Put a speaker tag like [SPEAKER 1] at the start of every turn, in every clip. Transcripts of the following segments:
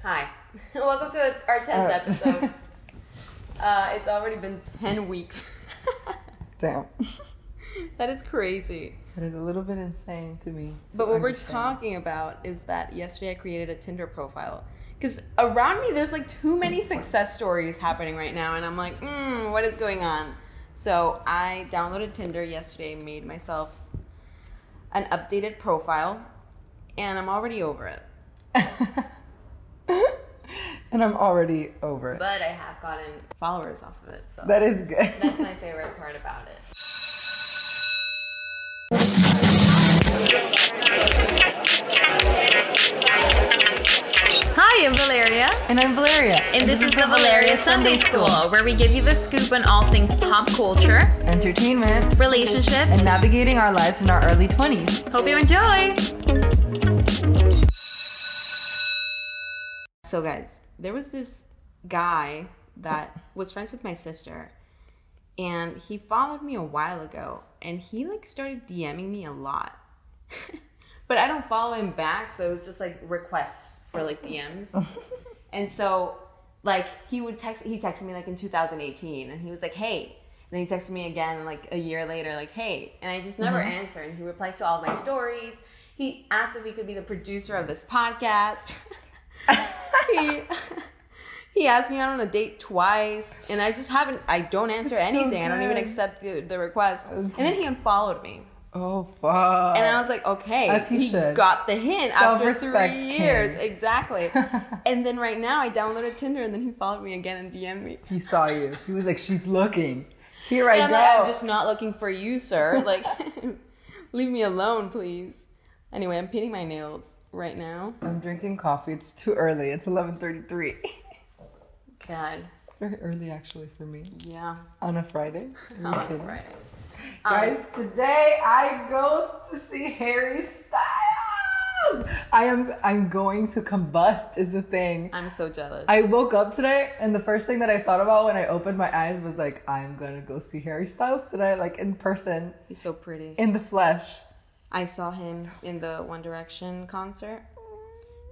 [SPEAKER 1] Welcome to our 10th
[SPEAKER 2] Oh.
[SPEAKER 1] episode. uh, it's already been 10 weeks.
[SPEAKER 2] Damn.
[SPEAKER 1] that is crazy.
[SPEAKER 2] It is a little bit insane to me. to
[SPEAKER 1] But what
[SPEAKER 2] understand.
[SPEAKER 1] we're talking about is that yesterday I created a Tinder profile. Because around me, there's like too many success stories happening right now, and I'm like, mm, what is going on? So I downloaded Tinder yesterday, made myself an updated profile, and I'm already over it.
[SPEAKER 2] and I'm already over it.
[SPEAKER 1] But I have gotten followers off of it, so
[SPEAKER 2] that is good.
[SPEAKER 1] that's my favorite part about it.
[SPEAKER 3] Hi, I'm Valeria,
[SPEAKER 2] and I'm Valeria.
[SPEAKER 3] and this is the Valeria Sunday School, where we give you the scoop on all things pop culture,
[SPEAKER 2] Entertainment
[SPEAKER 3] relationships.
[SPEAKER 2] navigating our lives in our early 20s.
[SPEAKER 3] Hope you enjoy.
[SPEAKER 1] So, guys, there was this guy that was friends with my sister, and he followed me a while ago, and he like started DMing me a lot. but I don't follow him back, so it was just like requests for like DMs. and so, like, he would text, he texted me like in 2018, and he was like, hey. And then he texted me again like a year later, like, hey. And I just never answer, and he replies to all my stories. He asked if we could be the producer of this podcast. he he asked me out on a date twice, and I just haven't. I don't answer
[SPEAKER 2] That's so
[SPEAKER 1] anything. I don't even
[SPEAKER 2] good.
[SPEAKER 1] accept the, the request. And then he unfollowed me,
[SPEAKER 2] Oh, fuck.
[SPEAKER 1] and I was like, okay,
[SPEAKER 2] As he should.
[SPEAKER 1] got the hint after
[SPEAKER 2] Self-respect
[SPEAKER 1] three years,
[SPEAKER 2] king.
[SPEAKER 1] exactly. and then right now, I downloaded Tinder, and then he followed me again and DM'd me.
[SPEAKER 2] he saw you. He was like, she's looking. Here I
[SPEAKER 1] And I'm
[SPEAKER 2] go.
[SPEAKER 1] like, I'm just not looking for you, sir. Like, leave me alone, please. Anyway, I'm painting my nails right now.
[SPEAKER 2] I'm drinking coffee. It's too early. It's 11:33.
[SPEAKER 1] God,
[SPEAKER 2] it's very early actually for me
[SPEAKER 1] yeah.
[SPEAKER 2] on a Friday. Are you
[SPEAKER 1] Oh,
[SPEAKER 2] kidding?
[SPEAKER 1] right. Um,
[SPEAKER 2] Guys, today I go to see Harry Styles. I am I'm going to combust is the thing.
[SPEAKER 1] I'm so jealous.
[SPEAKER 2] I woke up today and the first thing that I thought about when I opened my eyes was like I'm going to go see Harry Styles today like in person
[SPEAKER 1] He's so pretty.
[SPEAKER 2] in the flesh.
[SPEAKER 1] I saw him in the One Direction concert.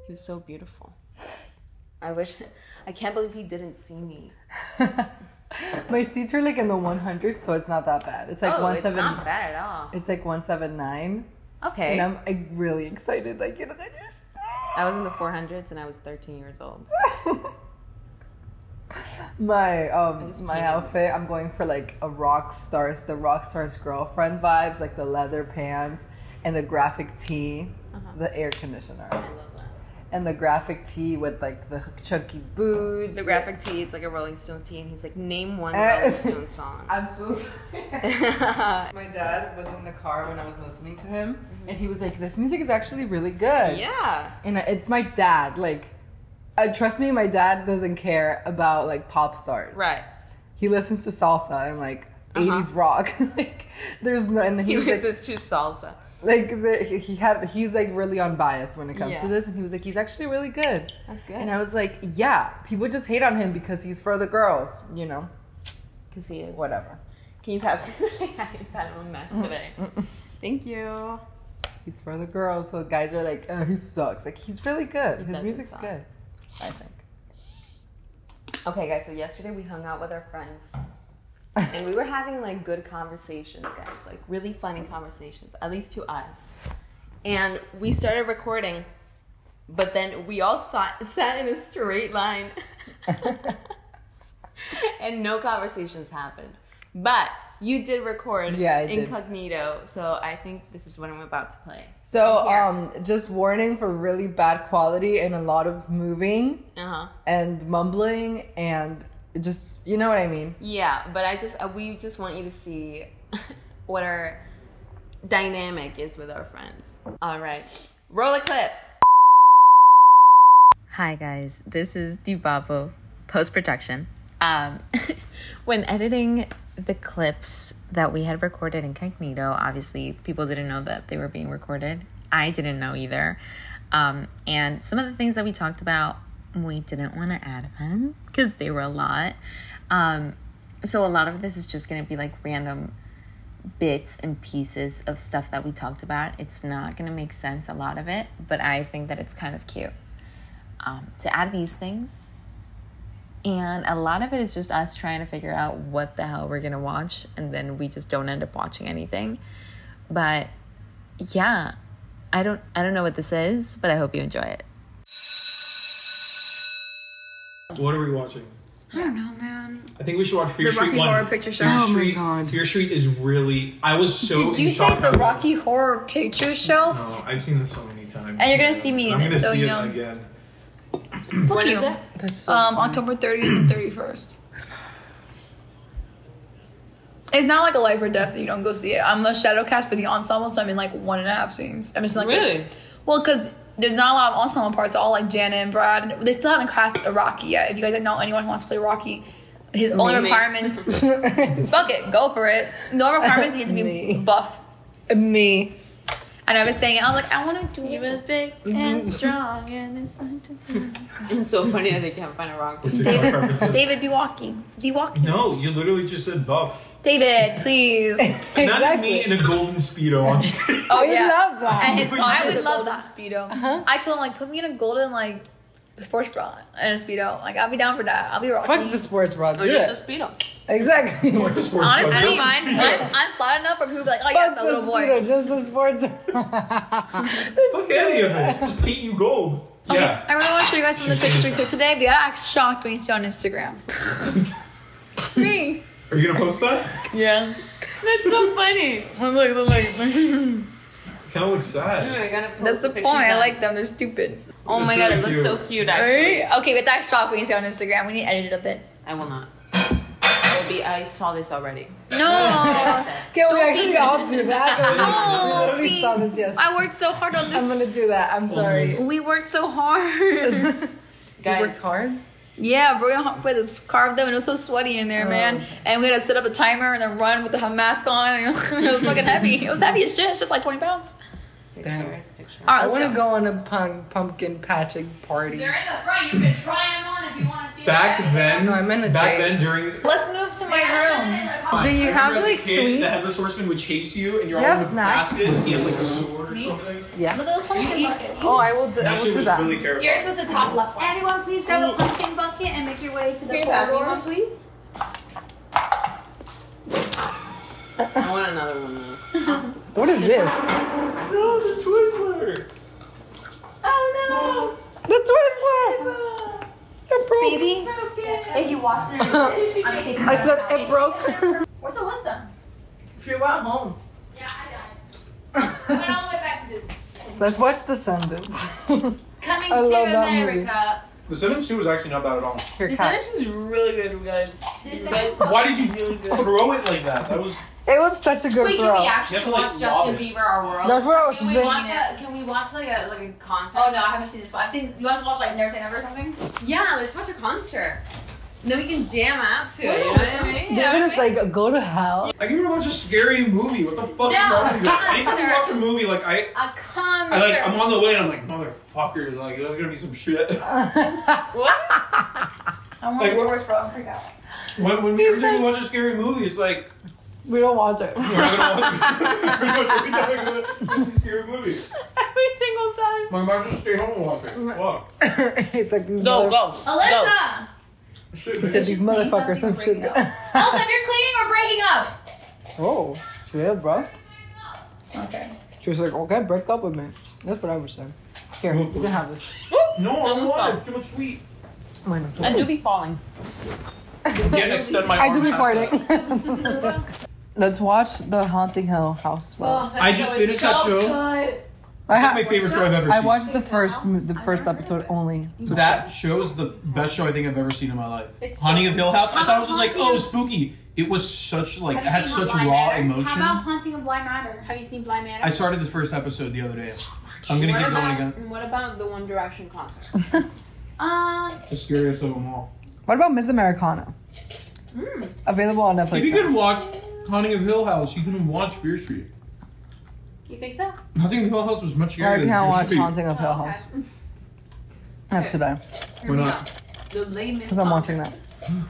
[SPEAKER 1] He was so beautiful. I wish I can't believe he didn't see me.
[SPEAKER 2] my seats are like in the 100 so it's not that bad. It's like 170
[SPEAKER 1] Oh, bad at all.
[SPEAKER 2] It's like 179
[SPEAKER 1] Okay.
[SPEAKER 2] and I'm like, really excited like you don't understand.
[SPEAKER 1] I was in the 400s and I was 13 years old.
[SPEAKER 2] my um
[SPEAKER 1] just
[SPEAKER 2] my
[SPEAKER 1] can't.
[SPEAKER 2] outfit i'm going for like a rock stars the rock stars girlfriend vibes like the leather pants and the graphic tee
[SPEAKER 1] Uh-huh.
[SPEAKER 2] the air conditioner
[SPEAKER 1] I love that.
[SPEAKER 2] and the graphic tee with like the chunky boots
[SPEAKER 1] The graphic tee, it's like a Rolling Stones tee, and he's like, name one
[SPEAKER 2] Eh.
[SPEAKER 1] Rolling Stones song.
[SPEAKER 2] i'm so sorry
[SPEAKER 1] yeah.
[SPEAKER 2] my dad was in the car when i was listening to him
[SPEAKER 1] Mm-hmm.
[SPEAKER 2] and he was like this music is actually really good and I- it's my dad like uh, trust me my dad doesn't care about like pop stars
[SPEAKER 1] Right.
[SPEAKER 2] he listens to salsa and like 80s rock like there's no and then he,
[SPEAKER 1] Uh-huh. He
[SPEAKER 2] was like
[SPEAKER 1] listens to salsa.
[SPEAKER 2] like the, he- he had he's like really unbiased when it comes to
[SPEAKER 1] Yeah.
[SPEAKER 2] this and he was like he's actually really good
[SPEAKER 1] That's good.
[SPEAKER 2] and i was like yeah people just hate on him because he's for the girls you know
[SPEAKER 1] Because he is.
[SPEAKER 2] whatever
[SPEAKER 1] Can you pass me my iPad? I'm a mess today. Thank you.
[SPEAKER 2] he's for the girls so guys are like oh he sucks like he's really good his
[SPEAKER 1] doesn't
[SPEAKER 2] music's
[SPEAKER 1] suck.
[SPEAKER 2] good i think
[SPEAKER 1] Okay, guys, so yesterday we hung out with our friends and we were having like good conversations, guys, like really funny conversations, at least to us. And we started recording, but then we all sat, sat in a straight line and no conversations happened. But you did record
[SPEAKER 2] Yeah, I did.
[SPEAKER 1] incognito, so I think this is what I'm about to play.
[SPEAKER 2] so
[SPEAKER 1] Here.
[SPEAKER 2] um just warning for really bad quality and a lot of moving
[SPEAKER 1] Uh huh.
[SPEAKER 2] and mumbling and just you know what i mean
[SPEAKER 1] Yeah, but I just uh, we just want you to see what our dynamic is with our friends. All right, roll a clip. Hi guys, this is Divavo post production. Um, when editing the clips that we had recorded incognito, obviously people didn't know that they were being recorded. I didn't know either. Um, and some of the things that we talked about, we didn't want to add them because they were a lot. Um, so a lot of this is just going to be like random bits and pieces of stuff that we talked about. It's not going to make sense, a lot of it, but I think that it's kind of cute. um, to add these things. And a lot of it is just us trying to figure out what the hell we're going to watch. And then we just don't end up watching anything. But yeah, I don't, I don't know what this is, but I hope you enjoy it.
[SPEAKER 4] What are we watching?
[SPEAKER 5] I don't know, man.
[SPEAKER 4] I think we should watch Fear
[SPEAKER 5] The
[SPEAKER 4] Street
[SPEAKER 5] Rocky
[SPEAKER 4] one.
[SPEAKER 5] Horror Picture Show.
[SPEAKER 4] Fear
[SPEAKER 5] Oh
[SPEAKER 2] my
[SPEAKER 4] Street,
[SPEAKER 2] God.
[SPEAKER 4] Fear Street is really. I was so.
[SPEAKER 5] Did you say
[SPEAKER 4] shocked
[SPEAKER 5] the
[SPEAKER 4] by that.
[SPEAKER 5] Rocky Horror Picture Show?
[SPEAKER 4] No, I've seen this so many times.
[SPEAKER 5] And you're gonna see me in
[SPEAKER 4] I'm
[SPEAKER 5] it,
[SPEAKER 4] gonna
[SPEAKER 5] so
[SPEAKER 4] see
[SPEAKER 5] you
[SPEAKER 4] it
[SPEAKER 5] know.
[SPEAKER 4] again.
[SPEAKER 5] Fuck
[SPEAKER 6] When
[SPEAKER 5] you.
[SPEAKER 6] is it?
[SPEAKER 1] That's so
[SPEAKER 5] Um, October 30th and 31st. It's not like a life or death that you don't go see it. I'm the shadow cast for the ensemble, so I'm in like one and a half scenes. I'm just like
[SPEAKER 6] Really?
[SPEAKER 5] well, because there's not a lot of ensemble parts. All like Jana and Brad. and They still haven't cast a Rocky yet. If you guys don't know anyone who wants to play Rocky, his only
[SPEAKER 6] Me.
[SPEAKER 5] requirements. fuck it, go for it. No requirements. You get to be
[SPEAKER 2] Me.
[SPEAKER 5] buff.
[SPEAKER 2] Me.
[SPEAKER 5] And I was saying, it, I was like, I want to do it.
[SPEAKER 1] big and strong and it's fun to
[SPEAKER 6] It's so funny that they can't find a rock.
[SPEAKER 4] Which is my preferences.
[SPEAKER 5] David, be walking. Be walking.
[SPEAKER 4] No, you literally just said buff.
[SPEAKER 5] David, please.
[SPEAKER 4] Imagine me in a golden speedo on stage.
[SPEAKER 5] Oh
[SPEAKER 2] I
[SPEAKER 5] yeah.
[SPEAKER 2] love that. Uh-huh.
[SPEAKER 5] And his
[SPEAKER 4] I
[SPEAKER 5] costume is
[SPEAKER 6] would
[SPEAKER 5] a
[SPEAKER 6] love
[SPEAKER 5] golden speedo. I told him like, put me in a golden like sports bra and a speedo. Like I'll be down for that. I'll be rocky.
[SPEAKER 2] Fuck the sports bra. Do
[SPEAKER 6] Oh, you're
[SPEAKER 2] it.
[SPEAKER 6] just speedo.
[SPEAKER 2] Exactly.
[SPEAKER 4] What the sports
[SPEAKER 5] Honestly,
[SPEAKER 4] bra is.
[SPEAKER 5] I'm, I'm, I'm flat enough for people to be like, oh
[SPEAKER 2] Fuck
[SPEAKER 5] yes,
[SPEAKER 2] the
[SPEAKER 5] a little boy.
[SPEAKER 2] speedo, Just the sports bra.
[SPEAKER 4] Fuck any of it. Just paint you gold.
[SPEAKER 5] Okay, I
[SPEAKER 4] Yeah.
[SPEAKER 5] really want to show you guys some of the pictures we took today. But I got shocked when you see it on Instagram. It's me.
[SPEAKER 4] Are you gonna post that?
[SPEAKER 2] yeah.
[SPEAKER 6] That's so funny.
[SPEAKER 2] Look, look, look.
[SPEAKER 4] Kind of looks sad.
[SPEAKER 6] We're gonna post
[SPEAKER 5] That's the point.
[SPEAKER 6] pictures
[SPEAKER 5] I
[SPEAKER 6] up.
[SPEAKER 5] like them. They're stupid.
[SPEAKER 6] Oh my
[SPEAKER 4] It's
[SPEAKER 6] god,
[SPEAKER 4] really
[SPEAKER 6] it looks so cute. Actually,
[SPEAKER 5] Right? Okay, but that's shocked when you see it on Instagram. We need to edit it a bit.
[SPEAKER 6] I will not. I will be. I saw this already.
[SPEAKER 5] No.
[SPEAKER 2] Can we actually all do that?
[SPEAKER 5] No,
[SPEAKER 2] we literally
[SPEAKER 5] please.
[SPEAKER 2] saw this yesterday.
[SPEAKER 5] I worked so hard on
[SPEAKER 2] I'm
[SPEAKER 5] this.
[SPEAKER 2] gonna do that.
[SPEAKER 4] Oh,
[SPEAKER 2] I'm sorry.
[SPEAKER 5] We worked so hard.
[SPEAKER 6] Guys,
[SPEAKER 2] hard.
[SPEAKER 5] Yeah, bro, we had to carve them, and it was so sweaty in there,
[SPEAKER 2] Oh.
[SPEAKER 5] man. And we had to set up a timer and then run with the mask on. And it was fucking heavy. It was heavy as shit. It's just like twenty pounds.
[SPEAKER 2] Damn.
[SPEAKER 6] pictures, pictures.
[SPEAKER 5] All right,
[SPEAKER 2] I
[SPEAKER 5] let's
[SPEAKER 2] want to
[SPEAKER 5] go.
[SPEAKER 2] go on a punk, pumpkin patching party.
[SPEAKER 5] in the front. You can try them on if you want to see.
[SPEAKER 4] Back then,
[SPEAKER 2] No, I meant a
[SPEAKER 4] back
[SPEAKER 2] date.
[SPEAKER 4] then during.
[SPEAKER 5] Let's move to my room.
[SPEAKER 4] Do
[SPEAKER 2] you have, like, sweets?
[SPEAKER 4] The headless horseman would chase you, and you're
[SPEAKER 2] You
[SPEAKER 4] all
[SPEAKER 2] have
[SPEAKER 4] in a
[SPEAKER 2] snacks?
[SPEAKER 4] basket. And he had like a sword or something.
[SPEAKER 5] Look at those pumpkin buckets.
[SPEAKER 2] Oh, I will. Do, I
[SPEAKER 4] That
[SPEAKER 2] will
[SPEAKER 4] shit
[SPEAKER 2] do
[SPEAKER 4] was
[SPEAKER 2] that.
[SPEAKER 4] really terrible.
[SPEAKER 5] Yours was the top left one.
[SPEAKER 7] Everyone, please grab a pumpkin bucket and make your way to the
[SPEAKER 5] Can you
[SPEAKER 7] floor.
[SPEAKER 5] pass me one,
[SPEAKER 7] Everyone, please.
[SPEAKER 6] I want another one. Though.
[SPEAKER 2] What is this?
[SPEAKER 4] No, it's a Twizzler.
[SPEAKER 5] Oh
[SPEAKER 2] The Twizzler. It broke.
[SPEAKER 7] Baby, if you wash it, I'm taking
[SPEAKER 2] I said it broke.
[SPEAKER 5] no! Where's Alyssa?
[SPEAKER 2] If you want home,
[SPEAKER 7] Yeah, I died. Went all the way back to Disney.
[SPEAKER 2] let's watch The Sentence.
[SPEAKER 5] Coming
[SPEAKER 2] I to love Oh, that movie.
[SPEAKER 8] The sentence two was actually not bad at all.
[SPEAKER 2] Here,
[SPEAKER 6] This
[SPEAKER 2] Kat.
[SPEAKER 6] sentence is really good, you guys.
[SPEAKER 7] This
[SPEAKER 6] You guys-
[SPEAKER 7] is-
[SPEAKER 8] Why did you throw it like that? That was
[SPEAKER 2] It was such a good
[SPEAKER 6] Wait, can
[SPEAKER 2] throw.
[SPEAKER 6] we actually
[SPEAKER 8] You have to, like,
[SPEAKER 6] watch
[SPEAKER 8] lob
[SPEAKER 6] Justin
[SPEAKER 8] it.
[SPEAKER 6] Bieber Our World?
[SPEAKER 2] That's what I was
[SPEAKER 6] can we
[SPEAKER 2] saying.
[SPEAKER 6] watch a, Can we watch like a like a concert?
[SPEAKER 5] Oh no, I haven't seen this one. I've seen. You guys watch like Never Say Never or something?
[SPEAKER 6] Yeah, let's watch a concert. Then we can jam out to it. You know what I mean? You know
[SPEAKER 2] David
[SPEAKER 6] what I
[SPEAKER 2] is like, go to hell.
[SPEAKER 8] I can even watch a scary movie. What the fuck is
[SPEAKER 6] No,
[SPEAKER 8] wrong with you?
[SPEAKER 6] not
[SPEAKER 8] Anytime you
[SPEAKER 6] there.
[SPEAKER 8] watch a movie, like I,
[SPEAKER 6] mean? a concert.
[SPEAKER 8] I like, I'm on the way and I'm like, motherfuckers, like there's gonna be some shit.
[SPEAKER 6] what?
[SPEAKER 5] I want
[SPEAKER 8] Like,
[SPEAKER 5] to
[SPEAKER 8] what-
[SPEAKER 5] Wars, bro. I freak out.
[SPEAKER 8] When, when we every time we watch a scary movie, it's like
[SPEAKER 2] We don't want it.
[SPEAKER 8] we're not gonna watch. pretty much every time we're gonna watch a scary movie.
[SPEAKER 6] Every single time.
[SPEAKER 8] My mom just stay home and watch it. Fuck.
[SPEAKER 2] it's like these,
[SPEAKER 6] Go
[SPEAKER 2] mother-
[SPEAKER 6] go.
[SPEAKER 5] Alyssa,
[SPEAKER 8] Shit.
[SPEAKER 2] it's like these motherfuckers. Some shit's
[SPEAKER 5] breaking
[SPEAKER 2] going.
[SPEAKER 5] Alyssa, if you're cleaning, we're breaking up.
[SPEAKER 2] oh, shit, bro.
[SPEAKER 5] Okay.
[SPEAKER 2] She was like, okay, break up with me. That's what I was saying. Here, you can have this.
[SPEAKER 8] No, I don't want it. Too much sweet.
[SPEAKER 2] Bueno.
[SPEAKER 6] I do be falling.
[SPEAKER 8] Can't extend my
[SPEAKER 2] I do
[SPEAKER 8] arm
[SPEAKER 2] be
[SPEAKER 8] past that.
[SPEAKER 2] farting. Let's watch the Haunting Hill House. Well,
[SPEAKER 8] I just finished that show.
[SPEAKER 2] I,
[SPEAKER 8] That's
[SPEAKER 2] ha-
[SPEAKER 8] my favorite show I've ever
[SPEAKER 2] I
[SPEAKER 8] seen.
[SPEAKER 2] watched the first m- the first episode only.
[SPEAKER 8] So that show's the best show I think I've ever seen in my life. Haunting of Hill House. I thought it was just like, oh, spooky. It was such like it had such raw
[SPEAKER 7] How
[SPEAKER 8] emotion.
[SPEAKER 7] about haunting of Bly Manor? Have you seen Bly Manor?
[SPEAKER 8] I started the first episode the other day. I'm gonna keep going again.
[SPEAKER 6] What about the One Direction concert?
[SPEAKER 7] um,
[SPEAKER 8] The scariest of them all.
[SPEAKER 2] What about Miss Americana? Available on Netflix.
[SPEAKER 8] If you could watch Haunting of Hill House, you can watch Fear Street.
[SPEAKER 7] you think so?
[SPEAKER 8] Haunting of Hill House was much
[SPEAKER 2] now. I
[SPEAKER 8] scarier than
[SPEAKER 2] can't
[SPEAKER 8] Fear
[SPEAKER 2] watch
[SPEAKER 8] Street.
[SPEAKER 2] Haunting
[SPEAKER 5] Oh,
[SPEAKER 2] of Hill House. Not today,
[SPEAKER 8] Why not?
[SPEAKER 6] The lamest.
[SPEAKER 2] because I'm watching that.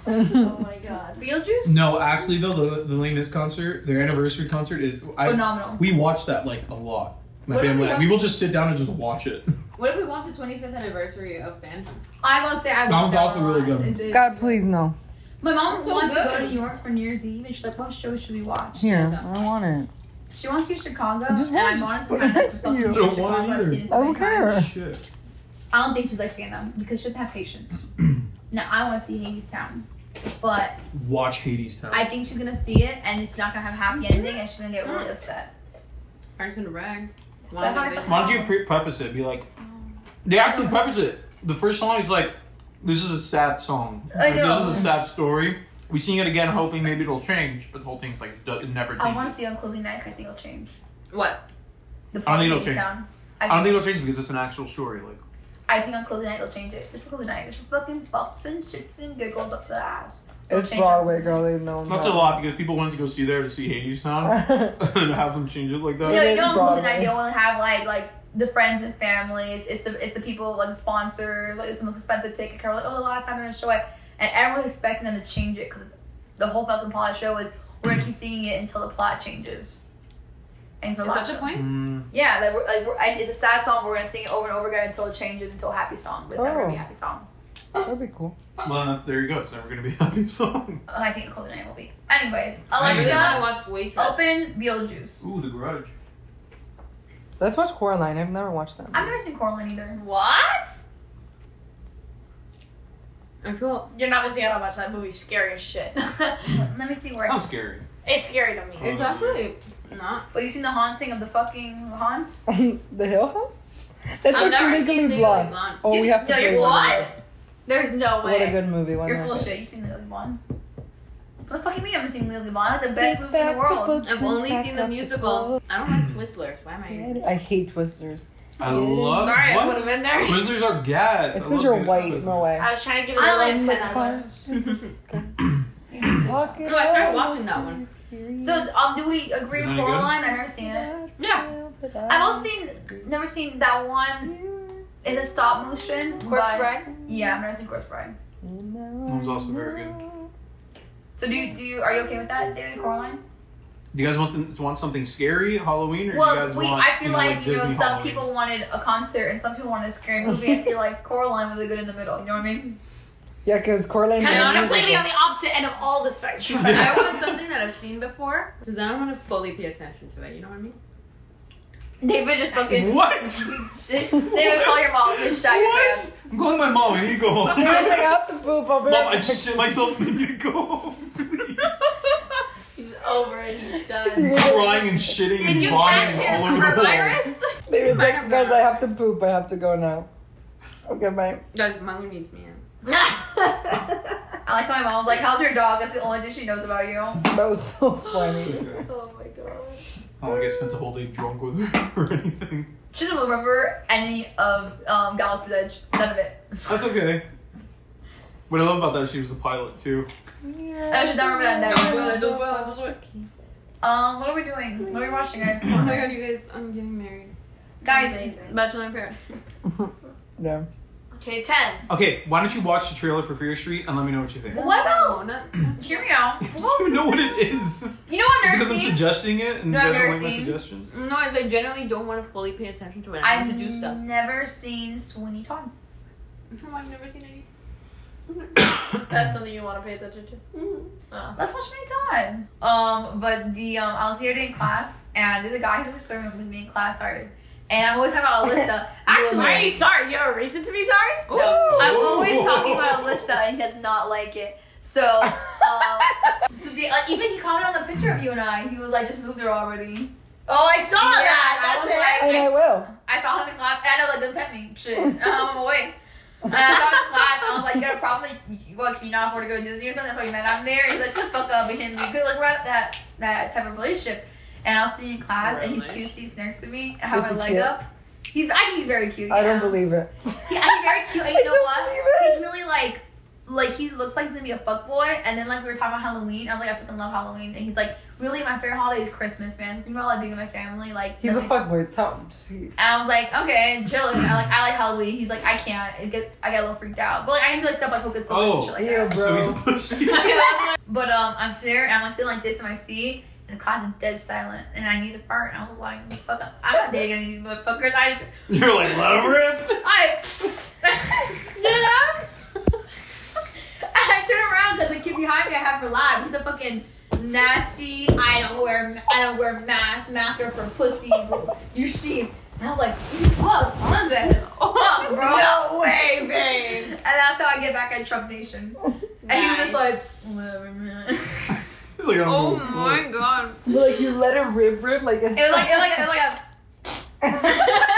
[SPEAKER 5] Oh my god.
[SPEAKER 7] Beetlejuice?
[SPEAKER 8] No,
[SPEAKER 5] Oh,
[SPEAKER 8] actually though, the the Lame Miss concert, their anniversary concert is I,
[SPEAKER 5] Phenomenal.
[SPEAKER 8] We watched that like a lot. My
[SPEAKER 7] What if
[SPEAKER 8] family.
[SPEAKER 7] we
[SPEAKER 8] We will
[SPEAKER 7] watch-
[SPEAKER 8] just sit down and just watch it.
[SPEAKER 7] What if we watch the 25th anniversary of Phantom?
[SPEAKER 5] I will say I
[SPEAKER 8] Donald
[SPEAKER 5] watched
[SPEAKER 8] Glover
[SPEAKER 5] that a lot.
[SPEAKER 8] really good.
[SPEAKER 5] It did-
[SPEAKER 2] God, please no.
[SPEAKER 5] My mom
[SPEAKER 7] So
[SPEAKER 5] wants to go
[SPEAKER 7] good.
[SPEAKER 5] to New York for New Year's Eve, and she's like, "What show should we watch?"
[SPEAKER 2] Here, I don't want it.
[SPEAKER 5] She wants to do Chicago,
[SPEAKER 2] I just
[SPEAKER 5] and I'm
[SPEAKER 2] want to
[SPEAKER 5] honestly kind of
[SPEAKER 2] just put it next to you.
[SPEAKER 5] fucking hate
[SPEAKER 8] I don't
[SPEAKER 5] Chicago.
[SPEAKER 8] want
[SPEAKER 5] I've
[SPEAKER 8] either.
[SPEAKER 5] seen it so
[SPEAKER 2] I don't
[SPEAKER 5] many times.
[SPEAKER 2] care.
[SPEAKER 8] Shit.
[SPEAKER 5] I don't think she's like Phantom because she doesn't have patience. no, I want to see Hades Town, but
[SPEAKER 8] Watch Hades Town.
[SPEAKER 5] I think she's gonna see it, and it's not gonna have a happy ending, and she's gonna get really upset.
[SPEAKER 7] Parents in a rag.
[SPEAKER 5] That's how I felt.
[SPEAKER 8] Why don't you pre- preface it? Be like, they actually preface it. The first song is like, this is a sad song.
[SPEAKER 5] I
[SPEAKER 8] Like,
[SPEAKER 5] know.
[SPEAKER 8] This is a sad story. We sing it again, hoping maybe it'll change, but the whole thing's like, do- it never
[SPEAKER 5] I want to
[SPEAKER 8] changes.
[SPEAKER 5] see it on closing night. 'cause I think it'll change.
[SPEAKER 7] What?
[SPEAKER 5] The
[SPEAKER 8] I don't think it'll
[SPEAKER 5] Hades
[SPEAKER 8] change.
[SPEAKER 5] Town.
[SPEAKER 8] I don't think it'll change because it's an actual story. Like,
[SPEAKER 5] I think on closing night they'll change it. It's closing night. There's fucking butts and shits and giggles up the house. They'll
[SPEAKER 2] It's
[SPEAKER 5] change it on
[SPEAKER 2] Broadway,
[SPEAKER 5] Closing
[SPEAKER 2] girl. They
[SPEAKER 5] Nights.
[SPEAKER 2] know.
[SPEAKER 8] not to a lot because people went to go see there to see Hades Town and have them change it like that.
[SPEAKER 5] No,
[SPEAKER 2] It
[SPEAKER 5] you
[SPEAKER 2] is
[SPEAKER 5] know, on closing night
[SPEAKER 2] Broadway.
[SPEAKER 5] they only have like like the friends and families. It's the it's the people like the sponsors. Like it's the most expensive ticket. Cover like oh the last time they're gonna show it, and everyone's expecting them to change it because the whole fucking plot of the show is we're gonna keep seeing it until the plot changes. And for
[SPEAKER 7] Is that the
[SPEAKER 5] show-
[SPEAKER 7] point?
[SPEAKER 8] Mm,
[SPEAKER 5] Yeah, like, we're, like we're, and it's a sad song. But we're gonna sing it over and over again until it changes into a happy song. But it's never gonna be a
[SPEAKER 2] Oh.
[SPEAKER 5] happy song.
[SPEAKER 2] That'd be cool.
[SPEAKER 8] well, there you go. It's never going to be a happy song.
[SPEAKER 5] Oh, I think closing night will be. Anyways,
[SPEAKER 7] I really
[SPEAKER 5] Alexa,
[SPEAKER 7] want to watch Waitress.
[SPEAKER 5] open Beetlejuice.
[SPEAKER 8] Ooh, The Grudge.
[SPEAKER 2] Let's watch Coraline. I've never watched that.
[SPEAKER 5] I've never seen Coraline either.
[SPEAKER 7] What? I feel
[SPEAKER 5] You're not missing out on much.
[SPEAKER 7] that movie's scary as shit.
[SPEAKER 5] Let me see where.
[SPEAKER 8] Sounds scary.
[SPEAKER 5] It's scary to me.
[SPEAKER 7] it's actually not.
[SPEAKER 5] But you seen the haunting of the fucking haunts?
[SPEAKER 2] the Hill House. That's
[SPEAKER 7] I've
[SPEAKER 2] what's
[SPEAKER 7] never seen
[SPEAKER 2] legally
[SPEAKER 7] Legally
[SPEAKER 2] blonde.
[SPEAKER 7] Blonde.
[SPEAKER 2] Oh,
[SPEAKER 5] You-
[SPEAKER 2] we have to.
[SPEAKER 5] no, you're-
[SPEAKER 2] play one of
[SPEAKER 5] what? There's no
[SPEAKER 2] those.
[SPEAKER 5] way.
[SPEAKER 2] What a good movie. One
[SPEAKER 5] You're full
[SPEAKER 2] of
[SPEAKER 5] of
[SPEAKER 2] it.
[SPEAKER 5] shit. You've seen the other one. What the fuck do you mean you haven't seen the other one? The best movie in the world.
[SPEAKER 7] I've only seen the musical. I don't like Twistlers. Why am I? here?
[SPEAKER 2] I hate Twisters.
[SPEAKER 8] I
[SPEAKER 2] Yes.
[SPEAKER 8] love
[SPEAKER 7] Sorry, I
[SPEAKER 8] what?
[SPEAKER 7] would have been there.
[SPEAKER 8] Twizzlers are gas.
[SPEAKER 2] It's
[SPEAKER 8] I
[SPEAKER 2] because
[SPEAKER 8] love
[SPEAKER 2] you're
[SPEAKER 8] good
[SPEAKER 2] white.
[SPEAKER 8] Twizzlers.
[SPEAKER 2] No way.
[SPEAKER 5] I was trying to give
[SPEAKER 7] I like
[SPEAKER 5] like 10 out of
[SPEAKER 2] Talking
[SPEAKER 7] No, I started
[SPEAKER 2] about
[SPEAKER 7] watching that one.
[SPEAKER 2] experience.
[SPEAKER 5] 10. So, um, do we agree
[SPEAKER 8] Is it
[SPEAKER 5] with
[SPEAKER 8] any good?
[SPEAKER 5] Coraline? I've never seen it.
[SPEAKER 7] Yeah.
[SPEAKER 5] I've also seen, never seen that one. Is it stop motion?
[SPEAKER 9] Corpse
[SPEAKER 5] But- Yeah, I've never seen Corpse Bride.
[SPEAKER 8] That was also very good.
[SPEAKER 5] So, do you, do you, are you okay with that, David and Coraline?
[SPEAKER 8] Do you guys want some- want something scary Halloween, or do you
[SPEAKER 5] Well,
[SPEAKER 8] guys
[SPEAKER 5] we,
[SPEAKER 8] want?
[SPEAKER 5] I feel
[SPEAKER 8] you know,
[SPEAKER 5] like, you know,
[SPEAKER 8] Disney
[SPEAKER 5] some
[SPEAKER 8] Halloween?
[SPEAKER 5] people wanted a concert and some people wanted a scary movie. I feel like Coraline was a good in the middle. You know what I mean?
[SPEAKER 2] Yeah, because Coraline.
[SPEAKER 7] Can I
[SPEAKER 2] Dances is
[SPEAKER 7] completely
[SPEAKER 2] like-
[SPEAKER 7] on
[SPEAKER 5] the opposite end of all the spectrum.
[SPEAKER 7] But I want something that I've seen before, so then I want to fully pay attention to it. You know what I mean?
[SPEAKER 5] David just fucking.
[SPEAKER 8] What?
[SPEAKER 5] David, call your mom. Just shut your mouth.
[SPEAKER 8] What? I'm calling my mom. I need to go home.
[SPEAKER 2] You're like,
[SPEAKER 8] Mom,
[SPEAKER 2] I have to poop. I'll be right
[SPEAKER 8] I
[SPEAKER 2] back.
[SPEAKER 8] just shit myself. I need to go home. please.
[SPEAKER 7] He's over it. He's done.
[SPEAKER 8] Crying and shitting and vomiting all over the walls.
[SPEAKER 2] They were like, guys, I have to poop. I have to go now. Okay, bye.
[SPEAKER 7] Guys, my mom needs me.
[SPEAKER 5] I like how my mom was like, "How's your dog?" That's the only thing she knows about you.
[SPEAKER 2] That was so funny.
[SPEAKER 5] Oh my god.
[SPEAKER 8] Oh, I don't get spent the whole day drunk with her or anything.
[SPEAKER 5] She doesn't remember any of um, Galaxy's Edge. None of it.
[SPEAKER 8] That's okay. What I love about that is she was the pilot too.
[SPEAKER 5] I should never remember
[SPEAKER 7] Don't
[SPEAKER 5] that.
[SPEAKER 7] spoil it. Don't spoil it. Don't spoil it.
[SPEAKER 5] Um, what are we doing? What are we watching,
[SPEAKER 7] Oh
[SPEAKER 5] guys?
[SPEAKER 7] my god, you guys! I'm getting married.
[SPEAKER 5] guys,
[SPEAKER 7] Bachelor in Paradise.
[SPEAKER 2] Yeah.
[SPEAKER 5] okay, ten.
[SPEAKER 8] Okay, why don't you watch the trailer for Fear Street and let me know what you think?
[SPEAKER 5] What
[SPEAKER 7] No,
[SPEAKER 5] about?
[SPEAKER 7] not.
[SPEAKER 5] Hear me out.
[SPEAKER 8] I don't even know what it is. Is
[SPEAKER 5] You know what
[SPEAKER 8] it
[SPEAKER 5] I've
[SPEAKER 8] because
[SPEAKER 5] never
[SPEAKER 8] I'm
[SPEAKER 5] seen?
[SPEAKER 8] suggesting it and
[SPEAKER 5] No,
[SPEAKER 8] you
[SPEAKER 5] I've
[SPEAKER 8] guys don't
[SPEAKER 5] never
[SPEAKER 8] like my
[SPEAKER 5] seen.
[SPEAKER 8] suggestions?
[SPEAKER 7] No, it's I generally don't want to fully pay attention to it. I have
[SPEAKER 5] I've
[SPEAKER 7] to do stuff.
[SPEAKER 5] never seen Sweeney Todd.
[SPEAKER 7] No, I've never seen any. That's something you want to pay attention to.
[SPEAKER 5] Let's watch Sweeney Todd. Um, but the um, I was the other day in class, and there's a guy who's always flirting with me in class. Sorry, and I'm always talking about Alyssa. Actually,
[SPEAKER 7] Why are you sorry? You have a reason to be sorry?
[SPEAKER 5] No, I'm always talking about Alyssa, and he does not like it. So, um, so the, like, even he commented on the picture of you and I. He was like, "Just moved there already."
[SPEAKER 7] Oh, I saw
[SPEAKER 5] Yeah,
[SPEAKER 7] that.
[SPEAKER 5] I was
[SPEAKER 7] That's it.
[SPEAKER 2] And I will.
[SPEAKER 5] I saw him in class. and I know, like, don't pet me. Shit, I'm away. And I saw him in class. And I was like, "You got a problem? Like, What? Can you not afford to go to Disney or something?" That's why you met him there. He's like, "Shut the fuck up." And him, like, we're at that that type of relationship. And I was sitting in class, and he's
[SPEAKER 7] Really?
[SPEAKER 5] two seats next to me. I have
[SPEAKER 2] Is
[SPEAKER 5] my
[SPEAKER 2] he
[SPEAKER 5] leg
[SPEAKER 2] cute?
[SPEAKER 5] up. He's. I think he's very cute.
[SPEAKER 2] I don't
[SPEAKER 5] yeah.
[SPEAKER 2] believe it.
[SPEAKER 5] Yeah, he's very cute. And you
[SPEAKER 2] I
[SPEAKER 5] know
[SPEAKER 2] don't
[SPEAKER 5] what?
[SPEAKER 2] believe it.
[SPEAKER 5] He's really like, like he looks like he's gonna be a fuckboy. And then like we were talking about Halloween, I was like, I fucking love Halloween. And he's like, really, my favorite holiday is Christmas, man. Think about like being in my family, like.
[SPEAKER 2] He's a
[SPEAKER 5] nothing-
[SPEAKER 2] fuckboy. Tom. She-
[SPEAKER 5] And I was like, okay, chill. And I like, I like Halloween. He's like, I can't. It get, I get a little freaked out. But like, I can do like stuff like Hocus Pocus
[SPEAKER 8] Oh,
[SPEAKER 5] and shit like
[SPEAKER 2] ew,
[SPEAKER 5] that.
[SPEAKER 2] bro.
[SPEAKER 8] So he's a pussy.
[SPEAKER 5] But um, I'm sitting there and I'm like sitting like this in my seat. And the closet dead silent, and I need to fart. And I was like, "Fuck up! I'm not dating any of these motherfuckers." I,
[SPEAKER 8] You're like, let him rip.
[SPEAKER 5] I, you know, I turn around because the kid behind me I have for live. He's a fucking nasty. I don't wear, I don't wear masks. Masks are for pussies. You she. And I was like, "Fuck, on this, fuck, bro."
[SPEAKER 7] No way, babe.
[SPEAKER 5] And that's how I get back at Trump Nation. And he was just like, whatever, man.
[SPEAKER 8] He's like,
[SPEAKER 6] Oh my god.
[SPEAKER 2] Like you let it rip, rip like
[SPEAKER 5] It was like, it was like, it was like a.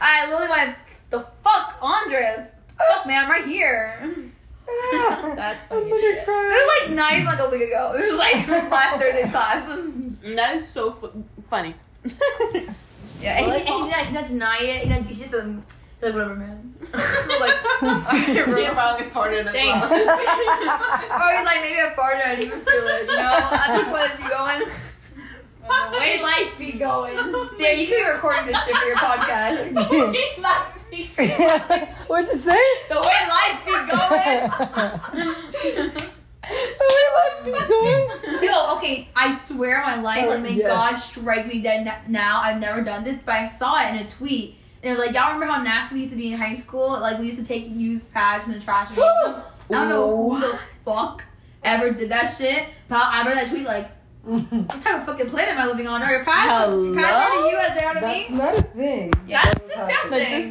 [SPEAKER 5] I literally went, the fuck, Andres? Fuck, man, I'm right here.
[SPEAKER 7] That's funny as
[SPEAKER 5] This
[SPEAKER 7] shit.
[SPEAKER 5] was like not even like a week ago. It was like last Thursday's class.
[SPEAKER 6] That is so fu- funny.
[SPEAKER 5] Yeah, and, he, and he, did, he did not deny it. He did, he's just um, he's like, whatever, man. like, alright, bro.
[SPEAKER 6] He probably farted as
[SPEAKER 5] Thanks.
[SPEAKER 6] well.
[SPEAKER 5] Or he's like, maybe I farted, I didn't even feel it. You know, I just want to be going.
[SPEAKER 7] Well, the way life be going.
[SPEAKER 5] Damn, you could be recording this shit for your podcast.
[SPEAKER 2] What'd you say?
[SPEAKER 5] The way life be going.
[SPEAKER 2] We let me going.
[SPEAKER 5] Yo, okay, I swear on my life, like, may
[SPEAKER 2] Yes.
[SPEAKER 5] God strike me dead n- now. I've never done this, but I saw it in a tweet. And it was like, y'all remember how nasty we used to be in high school? Like, we used to take used pads in the trash and use them. I don't know who the fuck ever did that shit, but I remember that tweet, like, what type of fucking planet am I living on? Are your pads?
[SPEAKER 1] Hello?
[SPEAKER 5] Pads are to you as they are to
[SPEAKER 2] That's
[SPEAKER 5] me?
[SPEAKER 2] not a thing.
[SPEAKER 5] That's
[SPEAKER 1] Like,
[SPEAKER 5] disgusting.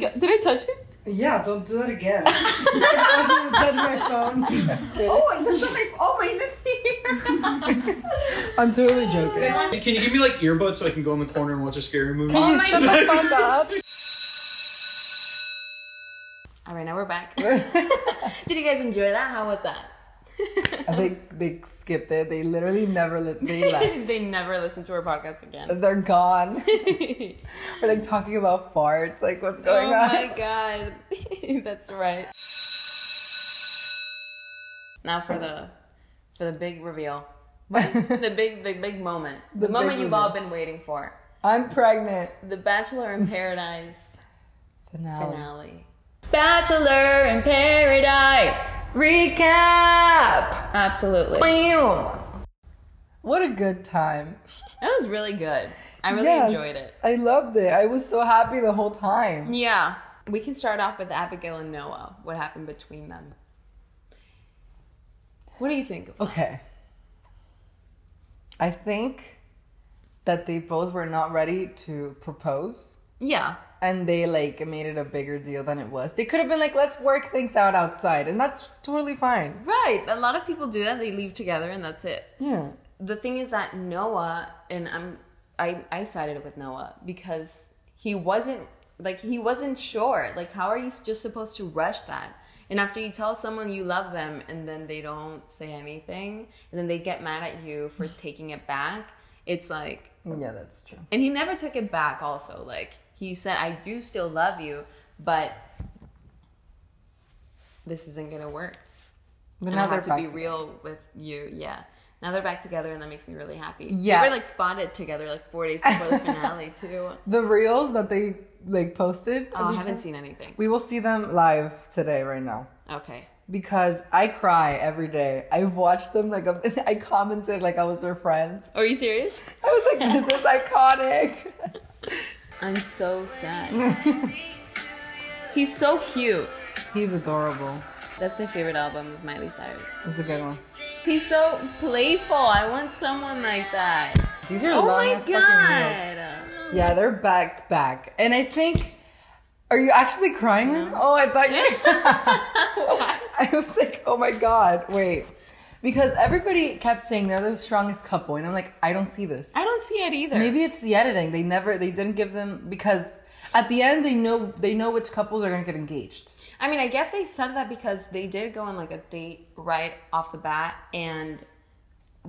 [SPEAKER 1] just go- Did I touch you?
[SPEAKER 2] Yeah, don't do that again. I was gonna touch my phone.
[SPEAKER 6] Oh, it looks like oh my goodness here.
[SPEAKER 2] I'm totally joking.
[SPEAKER 8] Can you give me like earbuds so I can go in the corner and watch a scary movie?
[SPEAKER 6] Oh
[SPEAKER 2] Can you shut the fuck up?
[SPEAKER 6] All right, now we're back. Did you guys enjoy that? How was that?
[SPEAKER 2] they they skipped it. They literally never li- they left.
[SPEAKER 6] they never listen to our podcast again.
[SPEAKER 2] They're gone. We're like talking about farts. Like what's going
[SPEAKER 6] oh
[SPEAKER 2] on?
[SPEAKER 6] my god. That's right. Now for the for the big reveal. The big big big moment. The,
[SPEAKER 2] big
[SPEAKER 6] moment you've all
[SPEAKER 2] reveal.
[SPEAKER 6] been waiting for.
[SPEAKER 2] I'm pregnant.
[SPEAKER 6] The Bachelor in Paradise Oh.
[SPEAKER 2] Finale.
[SPEAKER 6] finale. Bachelor in Paradise recap. Absolutely.
[SPEAKER 2] What a good time.
[SPEAKER 6] That was really good. I really
[SPEAKER 2] Yes,
[SPEAKER 6] enjoyed it.
[SPEAKER 2] I loved it. I was so happy the whole time.
[SPEAKER 6] Yeah. We can start off with Abigail and Noah. What happened between them? What do you think of
[SPEAKER 2] Okay. I think that they both were not ready to propose.
[SPEAKER 6] Yeah.
[SPEAKER 2] And they like made it a bigger deal than it was. They could have been like, let's work things out outside, and that's totally fine.
[SPEAKER 6] Right. A lot of people do that. They leave together and that's it.
[SPEAKER 2] Yeah.
[SPEAKER 6] The thing is that Noah and I'm I, I sided with Noah because he wasn't like he wasn't sure. Like how are you just supposed to rush that? And after you tell someone you love them and then they don't say anything and then they get mad at you for taking it back, it's like
[SPEAKER 2] Yeah, that's true.
[SPEAKER 6] and he never took it back also like he said i do still love you but this isn't gonna work
[SPEAKER 2] But
[SPEAKER 6] and i have to
[SPEAKER 2] back
[SPEAKER 6] be
[SPEAKER 2] together.
[SPEAKER 6] real with you yeah now they're back together and that makes me really happy
[SPEAKER 2] Yeah. Oh,
[SPEAKER 6] they were like spotted together like four days before the finale too
[SPEAKER 2] The reels that they like posted.
[SPEAKER 6] oh
[SPEAKER 2] of
[SPEAKER 6] i
[SPEAKER 2] each
[SPEAKER 6] haven't
[SPEAKER 2] other-
[SPEAKER 6] seen anything
[SPEAKER 2] We will see them live today, right now.
[SPEAKER 6] okay
[SPEAKER 2] Because I cry every day. I watched them like I'm- I commented like I was their friend.
[SPEAKER 6] are you serious
[SPEAKER 2] I was like, this is iconic.
[SPEAKER 6] i'm so sad he's so cute
[SPEAKER 2] He's adorable.
[SPEAKER 6] that's my favorite album of miley cyrus
[SPEAKER 2] It's a good one.
[SPEAKER 6] he's so playful i want someone like that
[SPEAKER 2] These are
[SPEAKER 6] oh
[SPEAKER 2] long
[SPEAKER 6] my
[SPEAKER 2] ass fucking reels.
[SPEAKER 6] god
[SPEAKER 2] Yeah, they're back back. And I think are you actually crying? now? Oh, I thought you I was like, "Oh my god, wait." Because everybody kept saying they're the strongest couple, and I'm like, "I don't see this."
[SPEAKER 6] i don't see it either
[SPEAKER 2] Maybe it's the editing. They never they didn't give them because at the end they know they know which couples are going to get engaged.
[SPEAKER 6] I mean, I guess they said that because they did go on like a date right off the bat and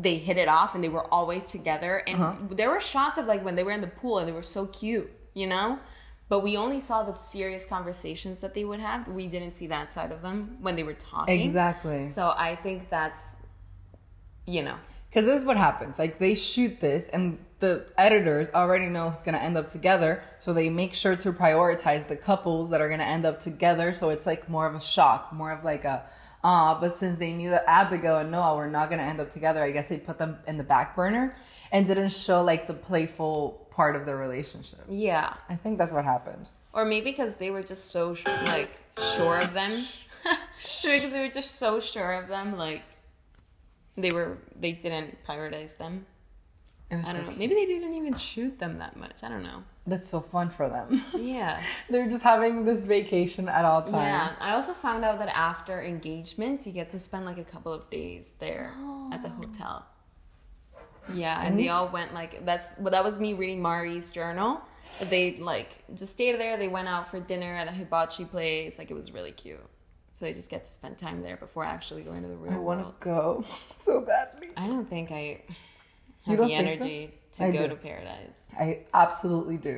[SPEAKER 6] they hit it off and they were always together. And there were shots of like when they were in the pool and they were so cute, you know? But we only saw the serious conversations that they would have. We didn't see that side of them when they were talking.
[SPEAKER 2] Exactly.
[SPEAKER 6] So I think that's, you know,
[SPEAKER 2] Because this is what happens. Like they shoot this, and the editors already know who's gonna end up together, so they make sure to prioritize the couples that are gonna end up together. So it's like more of a shock, more of like a Uh, but since they knew that Abigail and Noah were not going to end up together, I guess they put them in the back burner and didn't show like the playful part of their relationship.
[SPEAKER 6] Yeah.
[SPEAKER 2] I think that's what happened.
[SPEAKER 6] Or maybe because they were just so sh- like sure of them. because they were just so sure of them, like they were they didn't prioritize them.
[SPEAKER 2] It was
[SPEAKER 6] I
[SPEAKER 2] so
[SPEAKER 6] don't know. Maybe they didn't even shoot them that much. I don't know.
[SPEAKER 2] That's so fun for them.
[SPEAKER 6] Yeah.
[SPEAKER 2] They're just having this vacation at all times.
[SPEAKER 6] Yeah. I also found out that after engagements, you get to spend like a couple of days there at the hotel. Yeah, and they
[SPEAKER 2] Neat.
[SPEAKER 6] all went like that's well, that was me reading Mari's journal. They like just stayed there. They went out for dinner at a hibachi place. Like it was really cute. So they just get to spend time there before actually going to the real
[SPEAKER 2] I want
[SPEAKER 6] world.
[SPEAKER 2] to go so badly.
[SPEAKER 6] I don't think I
[SPEAKER 2] You
[SPEAKER 6] have the
[SPEAKER 2] don't think so?
[SPEAKER 6] energy to
[SPEAKER 2] I
[SPEAKER 6] go
[SPEAKER 2] do.
[SPEAKER 6] to paradise.
[SPEAKER 2] I absolutely do.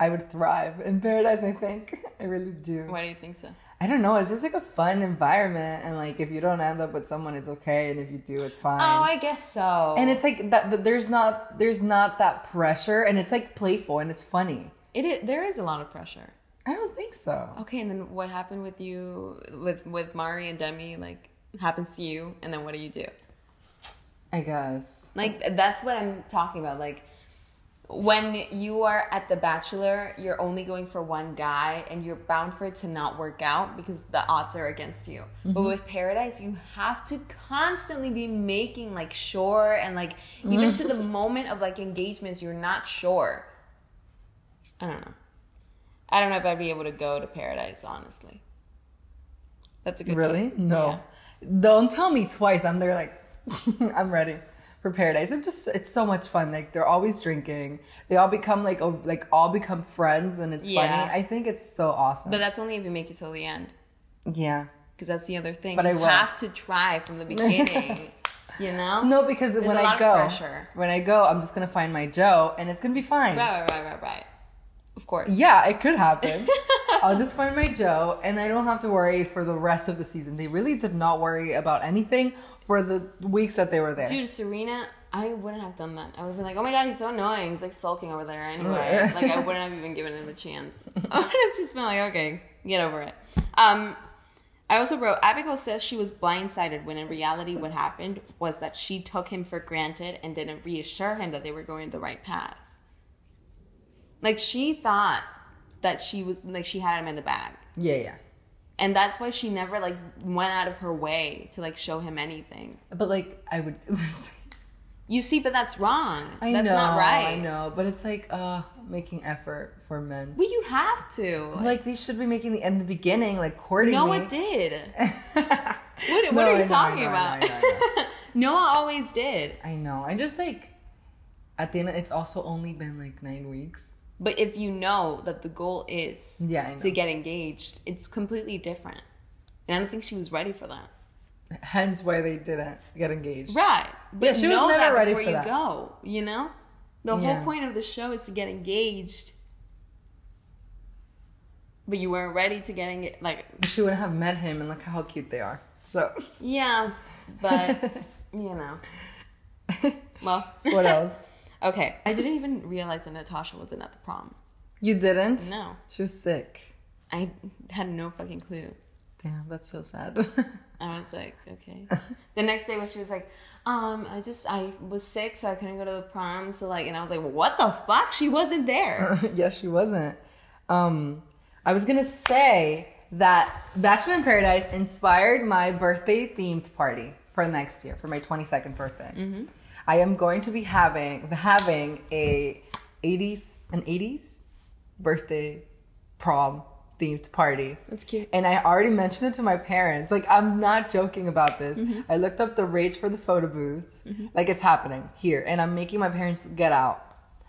[SPEAKER 2] I would thrive in paradise, I think. I really do.
[SPEAKER 6] Why do you think so?
[SPEAKER 2] I don't know. It's just like a fun environment. And like, if you don't end up with someone, it's okay. And if you do, it's fine.
[SPEAKER 6] Oh, I guess so.
[SPEAKER 2] and it's like that that there's not there's not that pressure and it's like playful and it's funny
[SPEAKER 6] it is, there is a lot of pressure.
[SPEAKER 2] i don't think so
[SPEAKER 6] Okay, and then what happened with you with with Mari and Demi? Like happens to you, and then what do you do?
[SPEAKER 2] i guess
[SPEAKER 6] Like that's what I'm talking about. Like when you are at the bachelor, you're only going for one guy, and you're bound for it to not work out because the odds are against you. But with Paradise, you have to constantly be making like sure, and like even to the moment of like engagements, you're not sure. I don't know. I don't know if I'd be able to go to Paradise, honestly. That's a good
[SPEAKER 2] really
[SPEAKER 6] tip.
[SPEAKER 2] no don't tell me twice i'm there like i'm ready for paradise it's just it's so much fun like they're always drinking they all become like oh, like all become friends and it's
[SPEAKER 6] Yeah.
[SPEAKER 2] funny i think it's so awesome
[SPEAKER 6] But that's only if you make it till the end.
[SPEAKER 2] yeah
[SPEAKER 6] because that's the other thing.
[SPEAKER 2] But
[SPEAKER 6] you
[SPEAKER 2] I will.
[SPEAKER 6] have to try from the beginning. you know?
[SPEAKER 2] no because when
[SPEAKER 6] a lot
[SPEAKER 2] i
[SPEAKER 6] of
[SPEAKER 2] go
[SPEAKER 6] pressure.
[SPEAKER 2] when i go i'm just gonna find my joe and it's gonna be fine
[SPEAKER 6] Right, right, right, right, right. Of course.
[SPEAKER 2] Yeah, it could happen. I'll just find my Joe, and I don't have to worry for the rest of the season. They really did not worry about anything for the weeks that they were there.
[SPEAKER 6] Dude, Serena, I wouldn't have done that. I would have been like, oh my god, he's so annoying. He's like sulking over there anyway.
[SPEAKER 2] Right.
[SPEAKER 6] like, I wouldn't have even given him a chance. I would have just been like, okay, get over it. Um, I also wrote Abigail says she was blindsided when in reality what happened was that she took him for granted and didn't reassure him that they were going the right path. Like she thought that she was like she had him in the bag.
[SPEAKER 2] Yeah, yeah.
[SPEAKER 6] And that's why she never like went out of her way to like show him anything.
[SPEAKER 2] But like, I would.
[SPEAKER 6] You see, but that's wrong.
[SPEAKER 2] I
[SPEAKER 6] that's
[SPEAKER 2] know,
[SPEAKER 6] not right.
[SPEAKER 2] I know, but it's like uh making effort for men.
[SPEAKER 6] Well, you have to.
[SPEAKER 2] Like they should be making the in the beginning, like courting.
[SPEAKER 6] no,
[SPEAKER 2] me.
[SPEAKER 6] it did.
[SPEAKER 2] what,
[SPEAKER 6] What, what are you talking about?
[SPEAKER 2] I know, I know.
[SPEAKER 6] Noah always did.
[SPEAKER 2] I know. I just like at the end, it's also only been like nine weeks.
[SPEAKER 6] But if you know that the goal is
[SPEAKER 2] Yeah, I know.
[SPEAKER 6] to get engaged, it's completely different. And I don't think she was ready for that.
[SPEAKER 2] Hence why they didn't get engaged.
[SPEAKER 6] Right. But
[SPEAKER 2] Yeah, she was
[SPEAKER 6] know
[SPEAKER 2] never
[SPEAKER 6] that
[SPEAKER 2] ready
[SPEAKER 6] before
[SPEAKER 2] for
[SPEAKER 6] you
[SPEAKER 2] that.
[SPEAKER 6] go, you know? The
[SPEAKER 2] Yeah.
[SPEAKER 6] whole point of the show is to get engaged. But you weren't ready to get engaged. Like,
[SPEAKER 2] She would have met him, and look how cute they are. So,
[SPEAKER 6] yeah, but, you know. Well,
[SPEAKER 2] what else?
[SPEAKER 6] Okay. I didn't even realize that Natasha wasn't at the prom.
[SPEAKER 2] You didn't?
[SPEAKER 6] No.
[SPEAKER 2] She was sick.
[SPEAKER 6] I had no fucking clue.
[SPEAKER 2] Damn, that's so sad.
[SPEAKER 6] I was like, okay. the next day when she was like, um, I just I was sick so I couldn't go to the prom, so like and I was like, What the fuck? She wasn't there.
[SPEAKER 2] yeah, she wasn't. Um, I was gonna say that Bachelor in Paradise inspired my birthday themed party for next year for my 22nd birthday.
[SPEAKER 6] Mm-hmm.
[SPEAKER 2] I am going to be having having a 80s an 80s birthday prom themed party.
[SPEAKER 6] That's cute.
[SPEAKER 2] And I already mentioned it to my parents. Like, I'm not joking about this.
[SPEAKER 6] Mm-hmm.
[SPEAKER 2] I looked up the rates for the photo booths. Like, it's happening here. And I'm making my parents get out.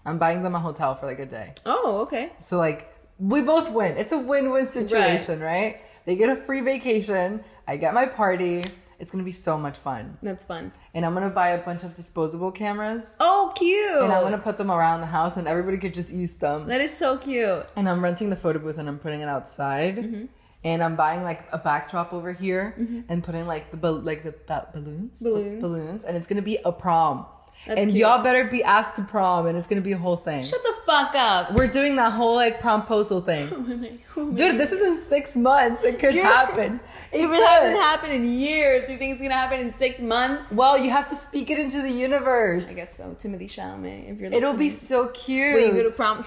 [SPEAKER 2] I'm buying them a hotel for like a day.
[SPEAKER 6] Oh, okay.
[SPEAKER 2] So, like, we both win. It's a win win situation, right. They get a free vacation. I get my party. It's going to be so much fun.
[SPEAKER 6] That's fun.
[SPEAKER 2] And I'm going to buy a bunch of disposable cameras.
[SPEAKER 6] Oh cute.
[SPEAKER 2] And I'm going to put them around the house and everybody could just use them
[SPEAKER 6] that is so cute.
[SPEAKER 2] and I'm renting the photo booth and I'm putting it outside.
[SPEAKER 6] Mm-hmm.
[SPEAKER 2] And I'm buying like a backdrop over here and putting like the bal- like the ba- balloons,
[SPEAKER 6] Balloons.
[SPEAKER 2] balloons, and it's gonna be a prom.
[SPEAKER 6] That's
[SPEAKER 2] and
[SPEAKER 6] cute.
[SPEAKER 2] y'all better be asked to prom, and it's gonna be a whole thing.
[SPEAKER 9] Shut the fuck up.
[SPEAKER 2] We're doing that whole like promposal thing. Dude, this is in six months. It could happen. It
[SPEAKER 6] If it hasn't happened in years, you think it's gonna happen in six months?
[SPEAKER 2] Well, you have to speak it into the universe.
[SPEAKER 6] I guess so. Timothy Chalamet. If you're
[SPEAKER 2] It'll be
[SPEAKER 6] listening.
[SPEAKER 2] so cute.
[SPEAKER 6] Will you go to prom?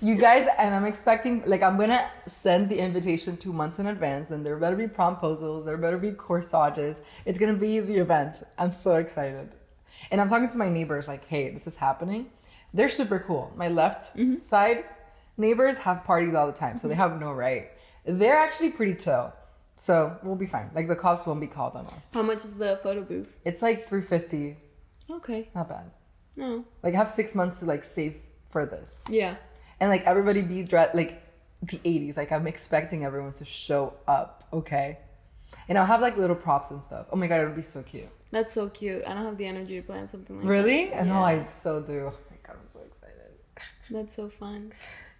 [SPEAKER 2] You guys, and I'm expecting, like, I'm gonna send the invitation two months in advance, and there better be promposals, there better be corsages. It's gonna be the event. I'm so excited. And I'm talking to my neighbors, like, hey, this is happening. They're super cool. My left side neighbors have parties all the time, so they have no right. They're actually pretty chill. So we'll be fine. Like, the cops won't be called on us.
[SPEAKER 6] How much is the photo booth?
[SPEAKER 2] It's like 350,
[SPEAKER 6] Okay.
[SPEAKER 2] not bad.
[SPEAKER 6] No.
[SPEAKER 2] Like, I have six months to, like, save for this
[SPEAKER 6] Yeah.
[SPEAKER 2] and like everybody be dressed like the 80s like i'm expecting everyone to show up okay and i'll have like little props and stuff oh my god it would be so cute
[SPEAKER 6] That's so cute. I don't have the energy to plan something like
[SPEAKER 2] really
[SPEAKER 6] that.
[SPEAKER 2] and oh
[SPEAKER 6] Yeah.
[SPEAKER 2] i so do oh my god i'm so excited
[SPEAKER 6] That's so fun.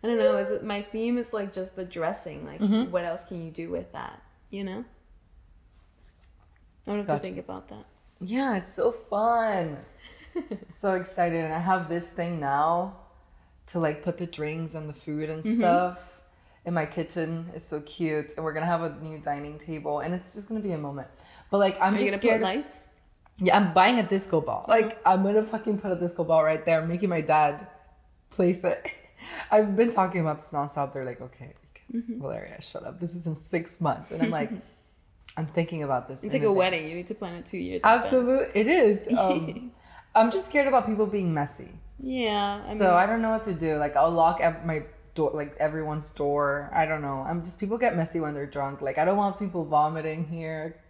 [SPEAKER 6] I don't know. Is it, my theme is like just the dressing. Like,
[SPEAKER 2] Mm-hmm.
[SPEAKER 6] what else can you do with that? You know. I don't have
[SPEAKER 2] Gotcha.
[SPEAKER 6] to think about that.
[SPEAKER 2] yeah it's so fun so excited and i have this thing now to like put the drinks and the food
[SPEAKER 6] Mm-hmm.
[SPEAKER 2] and stuff and my kitchen is so cute and we're gonna have a new dining table and it's just gonna be a moment but like i'm
[SPEAKER 6] Are you
[SPEAKER 2] just
[SPEAKER 6] gonna
[SPEAKER 2] scared
[SPEAKER 6] put lights?
[SPEAKER 2] Yeah, I'm buying a disco ball. Like, I'm gonna fucking put a disco ball right there. I'm making my dad place it. I've been talking about this nonstop. They're like, okay,
[SPEAKER 6] Mm-hmm.
[SPEAKER 2] Valeria, shut up. This is in six months. And I'm like, I'm thinking about this.
[SPEAKER 6] It's
[SPEAKER 2] in
[SPEAKER 6] like a
[SPEAKER 2] advance.
[SPEAKER 6] wedding. You need to plan it two years.
[SPEAKER 2] Uh,
[SPEAKER 6] in advance.
[SPEAKER 2] Absolute, it is. Um, I'm just scared about people being messy.
[SPEAKER 6] Yeah. I
[SPEAKER 2] so I don't know what to do. Like, I'll lock ev- my door, like everyone's door. I don't know. I'm just, people get messy when they're drunk. Like, I don't want people vomiting here.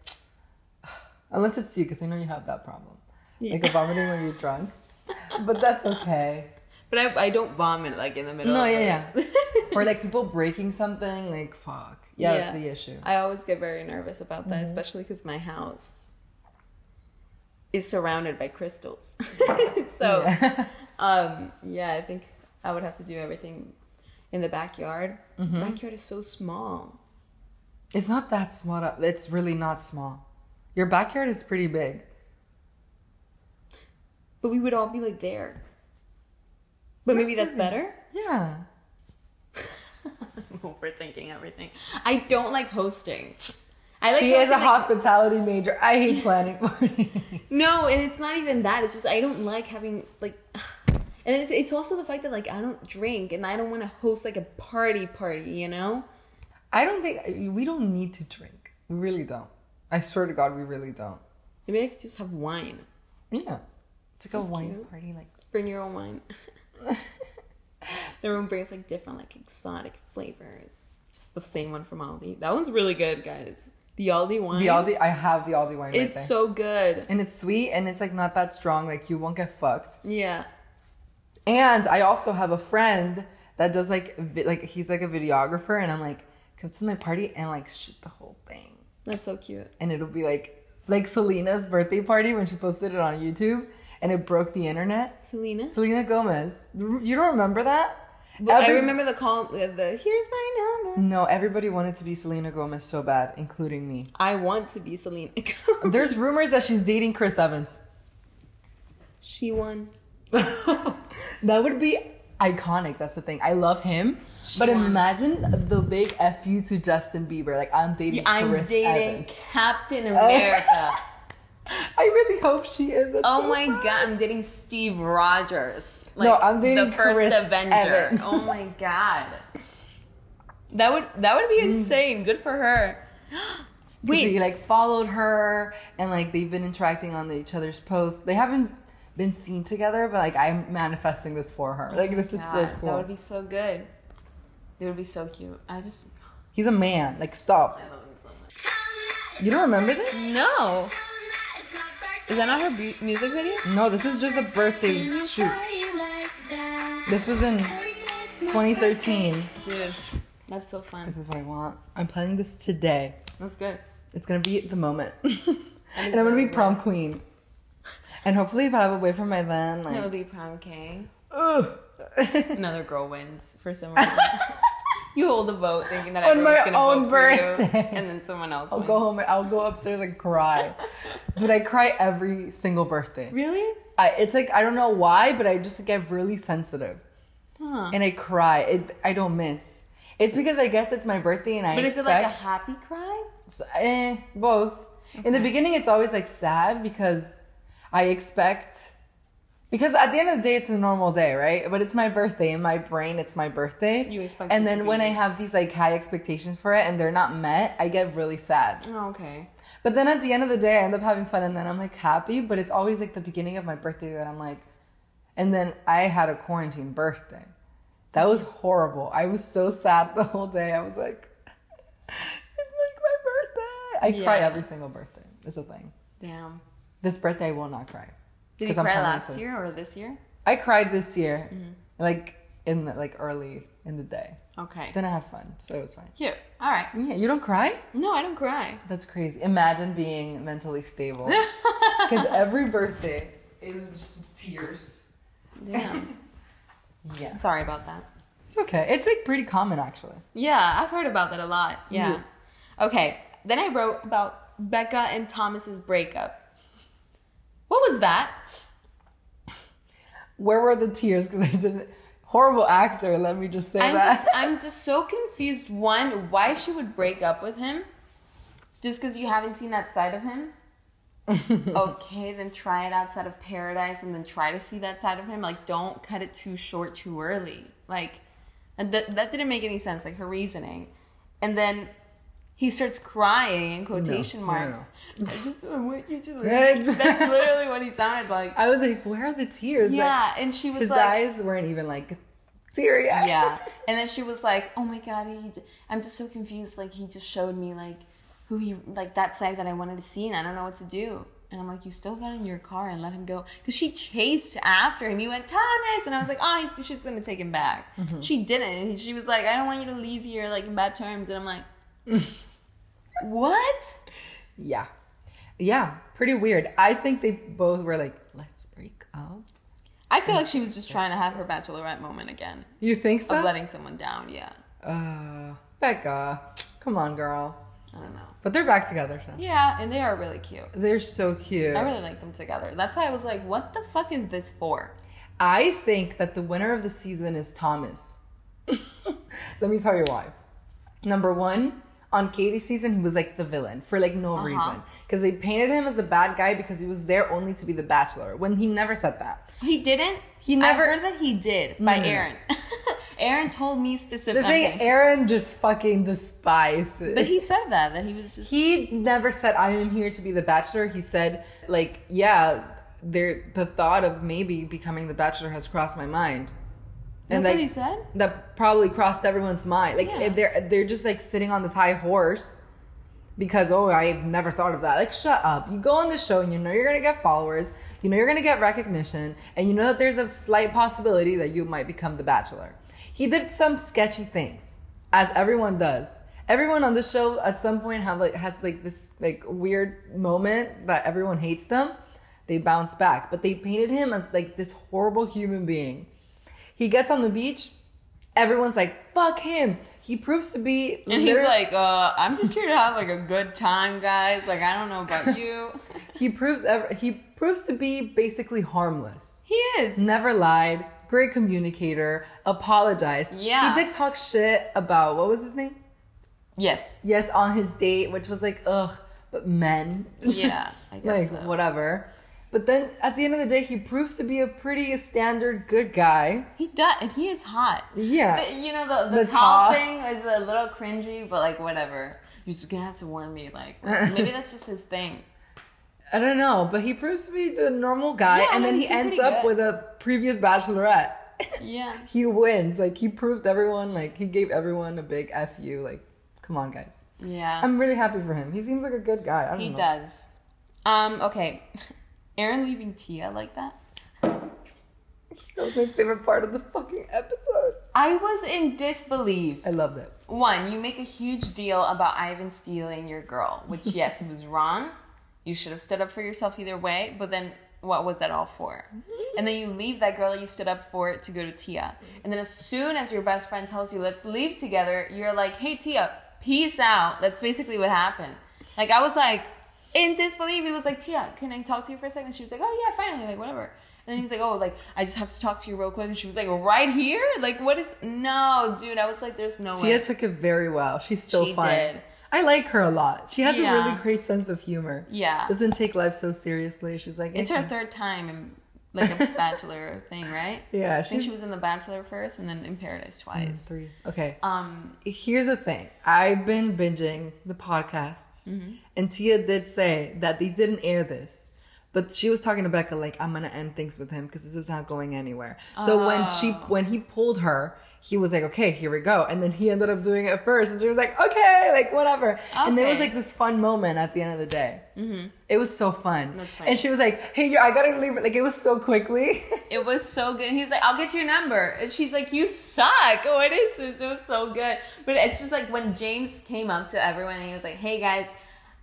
[SPEAKER 2] Unless it's you, because I know you have that problem
[SPEAKER 6] mean, yeah.
[SPEAKER 2] like a vomiting when you're drunk. But that's okay.
[SPEAKER 6] But I, I don't vomit like in the middle.
[SPEAKER 2] No,
[SPEAKER 6] of
[SPEAKER 2] yeah,
[SPEAKER 6] it.
[SPEAKER 2] Or like people breaking something, like fuck. Yeah, that's
[SPEAKER 6] Yeah.
[SPEAKER 2] the issue.
[SPEAKER 6] I always get very nervous about that,
[SPEAKER 2] Mm-hmm.
[SPEAKER 6] especially because my house is surrounded by crystals. so,
[SPEAKER 2] Yeah.
[SPEAKER 6] um, yeah, I think I would have to do everything in the backyard.
[SPEAKER 2] Mm-hmm.
[SPEAKER 6] Backyard is so small.
[SPEAKER 2] it's not that small. up- It's really not small. Your backyard is pretty big.
[SPEAKER 6] But we would all be like there. But maybe that's better.
[SPEAKER 2] Yeah.
[SPEAKER 6] I'm overthinking everything. I don't like hosting. I like
[SPEAKER 2] she is a
[SPEAKER 6] hosting, like-
[SPEAKER 2] hospitality major. I hate planning parties.
[SPEAKER 6] No, and it's not even that. It's just I don't like having like, and it's it's also the fact that like I don't drink and I don't want to host like a party party. You know?
[SPEAKER 2] I don't think we don't need to drink. We really don't. I swear to God, we really don't.
[SPEAKER 6] Maybe I could just have wine.
[SPEAKER 2] Yeah. It's like a wine
[SPEAKER 6] cute.
[SPEAKER 2] party. Like
[SPEAKER 6] Bring your own wine. Everyone brings like different like exotic flavors. Just the same one from Aldi. That one's really good, guys. The Aldi wine.
[SPEAKER 2] the Aldi. I have the Aldi wine. right
[SPEAKER 6] It's
[SPEAKER 2] there.
[SPEAKER 6] so good.
[SPEAKER 2] and it's sweet and it's like not that strong. Like you won't get fucked.
[SPEAKER 6] Yeah.
[SPEAKER 2] And I also have a friend that does like vi- like he's like a videographer, and I'm like, come to my party and like shoot the whole thing,
[SPEAKER 6] That's so cute.
[SPEAKER 2] and it'll be like like Selena's birthday party when she posted it on YouTube, and it broke the internet.
[SPEAKER 6] Selena.
[SPEAKER 2] Selena Gomez, you don't remember that?
[SPEAKER 6] I
[SPEAKER 2] Every-
[SPEAKER 6] remember the call the, the here's my number.
[SPEAKER 2] No, everybody wanted to be Selena Gomez so bad, including me.
[SPEAKER 6] I want to be Selena.
[SPEAKER 2] There's rumors that she's dating Chris Evans.
[SPEAKER 6] she won.
[SPEAKER 2] that would be iconic. That's the thing. I love him. But imagine the big F you to Justin Bieber. Like, I'm dating
[SPEAKER 6] I'm
[SPEAKER 2] Chris
[SPEAKER 6] dating
[SPEAKER 2] Evans.
[SPEAKER 6] Captain America.
[SPEAKER 2] I really hope she is. That's
[SPEAKER 6] oh
[SPEAKER 2] so
[SPEAKER 6] my
[SPEAKER 2] fun.
[SPEAKER 6] god, I'm dating Steve Rogers.
[SPEAKER 2] No, I'm dating
[SPEAKER 6] the first
[SPEAKER 2] Chris
[SPEAKER 6] Avenger.
[SPEAKER 2] Evans.
[SPEAKER 6] Oh my god. That would that would be insane. Good for her.
[SPEAKER 2] 'Cause They,
[SPEAKER 6] Wait,
[SPEAKER 2] like, followed her and, like, they've been interacting on each other's posts. They haven't been seen together, but, like, I'm manifesting this for her. Like, this is so
[SPEAKER 6] God,
[SPEAKER 2] cool.
[SPEAKER 6] that would be so good. It would be so cute. I just
[SPEAKER 2] He's a man. Like, stop.
[SPEAKER 6] I love him so much.
[SPEAKER 2] You don't remember this?
[SPEAKER 6] No. Is that not her bu- music video?
[SPEAKER 2] No, this is just a birthday shoot. This was in 2013.
[SPEAKER 6] Dude, that's so fun.
[SPEAKER 2] This is what I want. I'm planning this today.
[SPEAKER 6] That's good.
[SPEAKER 2] It's gonna be the moment, and I'm gonna be prom queen. And hopefully, if I have a boyfriend from my then, like,
[SPEAKER 6] It'll be prom king.
[SPEAKER 2] ugh.
[SPEAKER 6] Another girl wins for some reason. you hold a vote thinking that
[SPEAKER 2] On
[SPEAKER 6] everyone's
[SPEAKER 2] my
[SPEAKER 6] gonna
[SPEAKER 2] own
[SPEAKER 6] vote for you,
[SPEAKER 2] birthday.
[SPEAKER 6] and then someone else.
[SPEAKER 2] I'll
[SPEAKER 6] wins.
[SPEAKER 2] go home. and I'll go upstairs and cry. Dude, I cry every single birthday.
[SPEAKER 6] Really?
[SPEAKER 2] I, it's like I don't know why, but I just get really sensitive,
[SPEAKER 6] Huh.
[SPEAKER 2] and I cry. It, I don't miss. It's because I guess it's my birthday, and I
[SPEAKER 6] But is it
[SPEAKER 2] expect
[SPEAKER 6] like a happy cry?
[SPEAKER 2] it's, eh, both. In the beginning, it's always like sad because I expect because at the end of the day, it's a normal day, right? But it's my birthday in my brain. It's my birthday.
[SPEAKER 6] You expect
[SPEAKER 2] and
[SPEAKER 6] it to
[SPEAKER 2] then
[SPEAKER 6] be-
[SPEAKER 2] when I have these like high expectations for it, and they're not met, I get really sad.
[SPEAKER 6] Oh, okay.
[SPEAKER 2] But then at the end of the day, I end up having fun and then I'm like happy, but it's always like the beginning of my birthday that I'm like, and then I had a quarantine birthday. That was horrible. I was so sad the whole day. I was like, it's like my birthday. I cry
[SPEAKER 6] Yeah.
[SPEAKER 2] every single birthday. It's a thing.
[SPEAKER 6] Damn.
[SPEAKER 2] This birthday, I will not cry.
[SPEAKER 6] Did you
[SPEAKER 2] 'Cause I'm
[SPEAKER 6] cry
[SPEAKER 2] kinda
[SPEAKER 6] last
[SPEAKER 2] like-
[SPEAKER 6] year Mm-hmm. or this year?
[SPEAKER 2] I cried this year, like in the, like early in the day.
[SPEAKER 6] Okay.
[SPEAKER 2] Then I had fun, so it was fine.
[SPEAKER 6] Cute. All right.
[SPEAKER 2] Yeah, you don't cry?
[SPEAKER 6] No, I don't cry.
[SPEAKER 2] That's crazy. Imagine being mentally stable. Because every birthday is just tears.
[SPEAKER 6] Damn.
[SPEAKER 2] Yeah.
[SPEAKER 6] I'm sorry about that.
[SPEAKER 2] It's okay. It's like pretty common actually.
[SPEAKER 6] Yeah, I've heard about that a lot. Yeah. Okay. Then I wrote about Becca and Thomas's breakup. What was that?
[SPEAKER 2] Where were the tears? Because I didn't. Horrible actor, let me just say
[SPEAKER 6] I'm
[SPEAKER 2] that.
[SPEAKER 6] just I'm just so confused. One, why she would break up with him? Just because you haven't seen that side of him? okay, then try it outside of paradise and then try to see that side of him. Like, don't cut it too short too early. Like, and th- that didn't make any sense, like her reasoning. And then he starts crying in quotation
[SPEAKER 2] no,
[SPEAKER 6] marks. I just want you to leave.
[SPEAKER 2] Yes.
[SPEAKER 6] That's literally what he sounded like.
[SPEAKER 2] I was like, where are the tears? Like,
[SPEAKER 6] Yeah, and she was
[SPEAKER 2] his
[SPEAKER 6] like,
[SPEAKER 2] eyes weren't even like teary eyed.
[SPEAKER 6] yeah and then she was like oh my god he i'm just so confused like he just showed me like who he like that side that i wanted to see and i don't know what to do and i'm like you still got in your car and let him go because she chased after him he went thomas and i was like oh he's, she's gonna take him back she didn't she was like i don't want you to leave here like in bad terms and i'm like what
[SPEAKER 2] Yeah. Yeah. Pretty weird. I think they both were like, let's break up.
[SPEAKER 6] i feel like she was just trying to have her bachelorette moment again
[SPEAKER 2] You think
[SPEAKER 6] of
[SPEAKER 2] so?
[SPEAKER 6] letting someone down yeah
[SPEAKER 2] Uh, Becca, come on, girl.
[SPEAKER 6] i don't know
[SPEAKER 2] But they're back together, so.
[SPEAKER 6] yeah and they are really cute
[SPEAKER 2] They're so cute.
[SPEAKER 6] I really like them together. That's why I was like, what the fuck is this for?
[SPEAKER 2] I think that the winner of the season is Thomas. Let me tell you why. Number one, on Katie's season, he was like the villain for like
[SPEAKER 6] Uh-huh.
[SPEAKER 2] no reason. Because they painted him as a bad guy because he was there only to be the bachelor when he never said that.
[SPEAKER 6] He didn't. He Mm-hmm.
[SPEAKER 2] never-
[SPEAKER 6] I heard that he did by
[SPEAKER 2] No, no, no.
[SPEAKER 6] Aaron. Aaron told me
[SPEAKER 2] The
[SPEAKER 6] specifically.
[SPEAKER 2] thing Aaron just fucking despises.
[SPEAKER 6] but he said that that he was just.
[SPEAKER 2] he never said I am here to be the bachelor. He said like, yeah, there the thought of maybe becoming the bachelor has crossed my mind.
[SPEAKER 6] that's
[SPEAKER 2] like,
[SPEAKER 6] what he said.
[SPEAKER 2] that probably crossed everyone's mind. Like
[SPEAKER 6] Yeah.
[SPEAKER 2] they're they're just like sitting on this high horse because oh I've never thought of that. Like shut up. You go on the show and you know you're gonna get followers, you know you're gonna get recognition, and you know that there's a slight possibility that you might become the bachelor. He did some sketchy things, as everyone does. Everyone on the show at some point have like has like this like weird moment that everyone hates them. They bounce back, but they painted him as like this horrible human being. He gets on the beach, everyone's like, fuck him. He proves to be
[SPEAKER 6] And he's like, uh, I'm just here to have like a good time, guys. Like I don't know about you.
[SPEAKER 2] he proves ever he proves to be basically harmless.
[SPEAKER 6] he is.
[SPEAKER 2] Never lied, great communicator, apologized.
[SPEAKER 6] Yeah.
[SPEAKER 2] He did talk shit about what was his name?
[SPEAKER 6] Yes.
[SPEAKER 2] Yes, on his date, which was like, ugh, but men.
[SPEAKER 6] Yeah. I
[SPEAKER 2] like
[SPEAKER 6] guess so.
[SPEAKER 2] whatever. But then at the end of the day, he proves to be a pretty standard good guy.
[SPEAKER 6] He does, and he is hot.
[SPEAKER 2] Yeah.
[SPEAKER 6] But, you know the the,
[SPEAKER 2] The
[SPEAKER 6] tall
[SPEAKER 2] top.
[SPEAKER 6] thing is a little cringy, but like whatever. You're just gonna have to warn me. Like maybe that's just his thing.
[SPEAKER 2] I don't know, but he proves to be the normal guy,
[SPEAKER 6] Yeah,
[SPEAKER 2] and
[SPEAKER 6] no,
[SPEAKER 2] then
[SPEAKER 6] he's
[SPEAKER 2] he ends
[SPEAKER 6] pretty
[SPEAKER 2] up
[SPEAKER 6] good.
[SPEAKER 2] with a previous bachelorette.
[SPEAKER 6] Yeah.
[SPEAKER 2] he wins. Like he proved everyone. Like he gave everyone a big f you. Like, come on, guys.
[SPEAKER 6] Yeah.
[SPEAKER 2] I'm really happy for him. He seems like a good guy. I don't
[SPEAKER 6] He
[SPEAKER 2] know.
[SPEAKER 6] does. Um, okay. Aaron leaving Tia like that.
[SPEAKER 2] That was my favorite part of the fucking episode.
[SPEAKER 6] I was in disbelief.
[SPEAKER 2] I loved it.
[SPEAKER 6] One, you make a huge deal about Ivan stealing your girl, which yes, he was wrong. You should have stood up for yourself either way, but then what was that all for? And then you leave that girl that you stood up for to go to Tia. And then as soon as your best friend tells you, let's leave together, you're like, hey, Tia, peace out. That's basically what happened. Like, I was like, in disbelief, he was like, Tia, can I talk to you for a second? She was like, oh, yeah, finally, like, whatever. And he was like, "Oh, like I just have to talk to you real quick." And she was like, "Right here? Like what is? No, dude. I was like, there's no way."
[SPEAKER 2] Tia took it very well. She's so
[SPEAKER 6] She
[SPEAKER 2] fun.
[SPEAKER 6] did.
[SPEAKER 2] I like her a lot. She has
[SPEAKER 6] Yeah.
[SPEAKER 2] a really great sense of humor.
[SPEAKER 6] Yeah.
[SPEAKER 2] Doesn't take life so seriously. She's like,
[SPEAKER 6] It's her
[SPEAKER 2] "Okay."
[SPEAKER 6] third time in like a bachelor thing, right?
[SPEAKER 2] Yeah,
[SPEAKER 6] I think she
[SPEAKER 2] she's-
[SPEAKER 6] was in The Bachelor first, and then in
[SPEAKER 2] Mm.
[SPEAKER 6] Paradise twice.
[SPEAKER 2] Three. Okay.
[SPEAKER 6] Um,
[SPEAKER 2] Here's the thing. I've been binging the podcasts,
[SPEAKER 6] Mm-hmm.
[SPEAKER 2] and Tia did say that they didn't air this, but she was talking to Becca like, "I'm gonna end things with him because this is not going anywhere." So when she
[SPEAKER 6] Oh.
[SPEAKER 2] when he pulled her, he was like, "Okay, here we go," and then he ended up doing it first, and she was like, "Okay, like whatever." And there was
[SPEAKER 6] Okay.
[SPEAKER 2] like this fun moment at the end of the day. Mm-hmm. It was so fun.
[SPEAKER 10] That's funny.
[SPEAKER 2] and she was like, "Hey, yo, I gotta leave." Like it was so quickly.
[SPEAKER 6] it was so good. He's like, I'll get your number. And she's like, You suck. What is this? It was so good. But it's just like when James came up to everyone and he was like, Hey guys,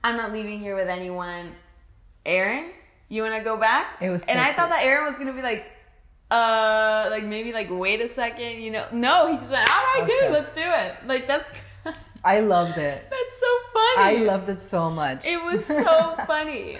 [SPEAKER 6] I'm not leaving here with anyone. Aaron, you wanna go back?
[SPEAKER 2] It was so
[SPEAKER 6] And I thought
[SPEAKER 2] cute.
[SPEAKER 6] that Aaron was gonna be like, uh like maybe like wait a second, you know. No, he just went, All right,
[SPEAKER 2] Okay.
[SPEAKER 6] dude, let's do it. Like that's
[SPEAKER 2] I loved it.
[SPEAKER 6] that's so funny.
[SPEAKER 2] I loved it so much.
[SPEAKER 6] it was so funny.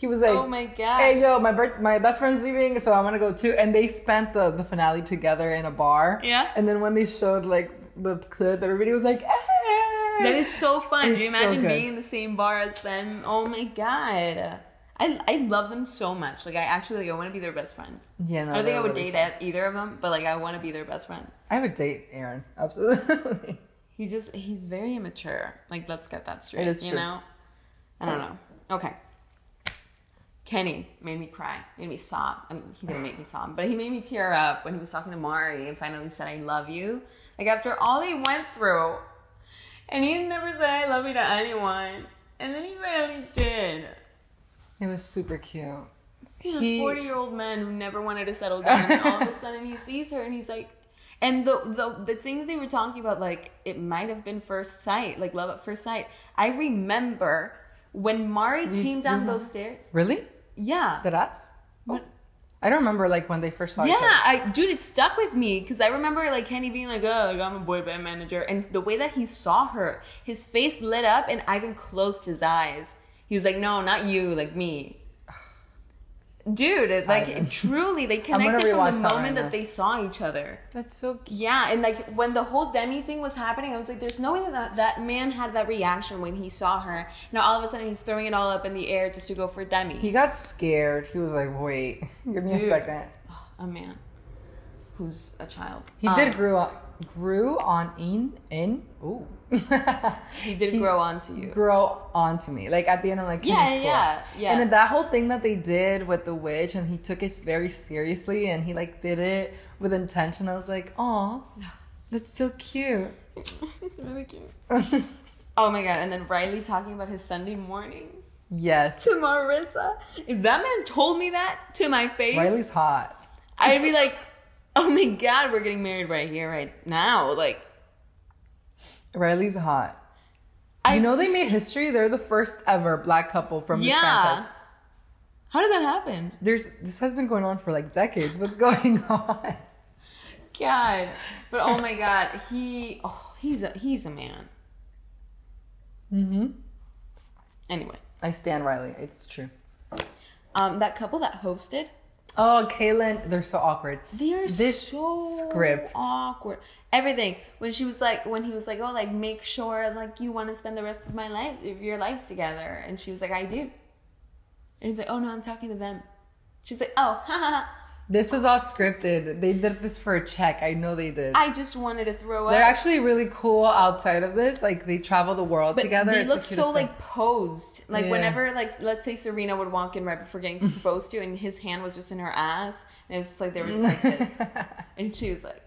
[SPEAKER 2] he was like,
[SPEAKER 6] oh my god.
[SPEAKER 2] hey yo my birth- my best friend's leaving so i'm gonna go too and they spent the, the finale together in a bar
[SPEAKER 6] Yeah.
[SPEAKER 2] and then when they showed like the clip everybody was like hey!
[SPEAKER 6] That is so fun. Do
[SPEAKER 2] It's
[SPEAKER 6] you
[SPEAKER 2] so
[SPEAKER 6] imagine
[SPEAKER 2] good.
[SPEAKER 6] being in the same bar as them? Oh my god. I, I love them so much. Like I actually like I want to be their best friends.
[SPEAKER 2] yeah no,
[SPEAKER 6] I don't think
[SPEAKER 2] they're
[SPEAKER 6] I would
[SPEAKER 2] really
[SPEAKER 6] date
[SPEAKER 2] fun.
[SPEAKER 6] at either of them, but like I want to be their best friends.
[SPEAKER 2] i would date aaron absolutely
[SPEAKER 6] He just he's very immature. Like let's get that straight.
[SPEAKER 2] It is
[SPEAKER 6] you
[SPEAKER 2] true.
[SPEAKER 6] know. I don't know. Okay. Kenny made me cry, made me sob. I mean, he didn't make me sob, but he made me tear up when he was talking to Mari and finally said, "I love you." Like after all they went through, and he never said "I love you" to anyone, and then he finally did.
[SPEAKER 2] it was super cute
[SPEAKER 6] He's
[SPEAKER 2] He-
[SPEAKER 6] a forty-year-old man who never wanted to settle down, and all of a sudden he sees her, and he's like, and the the the thing that they were talking about, like it might have been first sight, like love at first sight. I remember when Mari came down those stairs.
[SPEAKER 2] really
[SPEAKER 6] Yeah,
[SPEAKER 2] that us
[SPEAKER 6] What?
[SPEAKER 2] i don't remember like when they first saw
[SPEAKER 6] yeah,
[SPEAKER 2] each other
[SPEAKER 6] I dude, it stuck with me because I remember like Kenny being like, "Oh, like, I'm a boy band manager," and the way that he saw her, his face lit up, and Ivan closed his eyes. He was like, "No, not you, like me." Dude, it, like
[SPEAKER 2] Ivan.
[SPEAKER 6] truly, they
[SPEAKER 2] gonna
[SPEAKER 6] connected from the
[SPEAKER 2] rewatch that
[SPEAKER 6] moment
[SPEAKER 2] right
[SPEAKER 6] that
[SPEAKER 2] now.
[SPEAKER 6] they saw each other.
[SPEAKER 2] that's so cute
[SPEAKER 6] Yeah, and like when the whole Demi thing was happening, I was like, "There's no way that that man had that reaction when he saw her." Now all of a sudden, he's throwing it all up in the air just to go for Demi.
[SPEAKER 2] he got scared he was like wait give me a
[SPEAKER 6] Dude.
[SPEAKER 2] second
[SPEAKER 6] a man who's a child. Um,
[SPEAKER 2] he did grew up grew on in in ooh
[SPEAKER 6] He did grow onto you.
[SPEAKER 2] grow onto me. Like at the end, I'm like,
[SPEAKER 6] Yeah,
[SPEAKER 2] he's cool.
[SPEAKER 6] yeah, yeah.
[SPEAKER 2] And then that whole thing that they did with the witch, and he took it very seriously, and he like did it with intention. I was like, oh, that's so cute.
[SPEAKER 6] It's really cute. oh my god! And then Riley talking about his Sunday mornings
[SPEAKER 2] yes,
[SPEAKER 6] to Marissa. If that man told me that to my face,
[SPEAKER 2] Riley's hot.
[SPEAKER 6] I'd be like, "Oh my god, we're getting married right here, right now!" Like,
[SPEAKER 2] Riley's hot.
[SPEAKER 6] I
[SPEAKER 2] You know they made history. They're the first ever black couple from this
[SPEAKER 6] Yeah.
[SPEAKER 2] franchise.
[SPEAKER 6] How did that happen?
[SPEAKER 2] There's this has been going on for like decades. What's going on?
[SPEAKER 6] God, but oh my god, he oh he's a he's a man.
[SPEAKER 2] hmm
[SPEAKER 6] Anyway,
[SPEAKER 2] I stand Riley. It's true.
[SPEAKER 6] um, that couple that hosted,
[SPEAKER 2] Oh, Kaylin, they're so awkward.
[SPEAKER 6] They are
[SPEAKER 2] This
[SPEAKER 6] so
[SPEAKER 2] script.
[SPEAKER 6] awkward. Everything. When she was like, when he was like, oh, like make sure like you want to spend the rest of my life, of your lives together, and she was like, I do. And he's like, oh no, I'm talking to them. She's like, oh,
[SPEAKER 2] This was all scripted. They did this for a check. I know they did.
[SPEAKER 6] I just wanted to throw up.
[SPEAKER 2] They're actually really cool outside of this. Like they travel the world
[SPEAKER 6] But
[SPEAKER 2] together.
[SPEAKER 6] They
[SPEAKER 2] It's
[SPEAKER 6] look
[SPEAKER 2] the
[SPEAKER 6] so
[SPEAKER 2] cutest thing.
[SPEAKER 6] like posed. Like
[SPEAKER 2] Yeah.
[SPEAKER 6] whenever like let's say Serena would walk in right before getting proposed to, and his hand was just in her ass, and it was just like they were just like this, and she was like,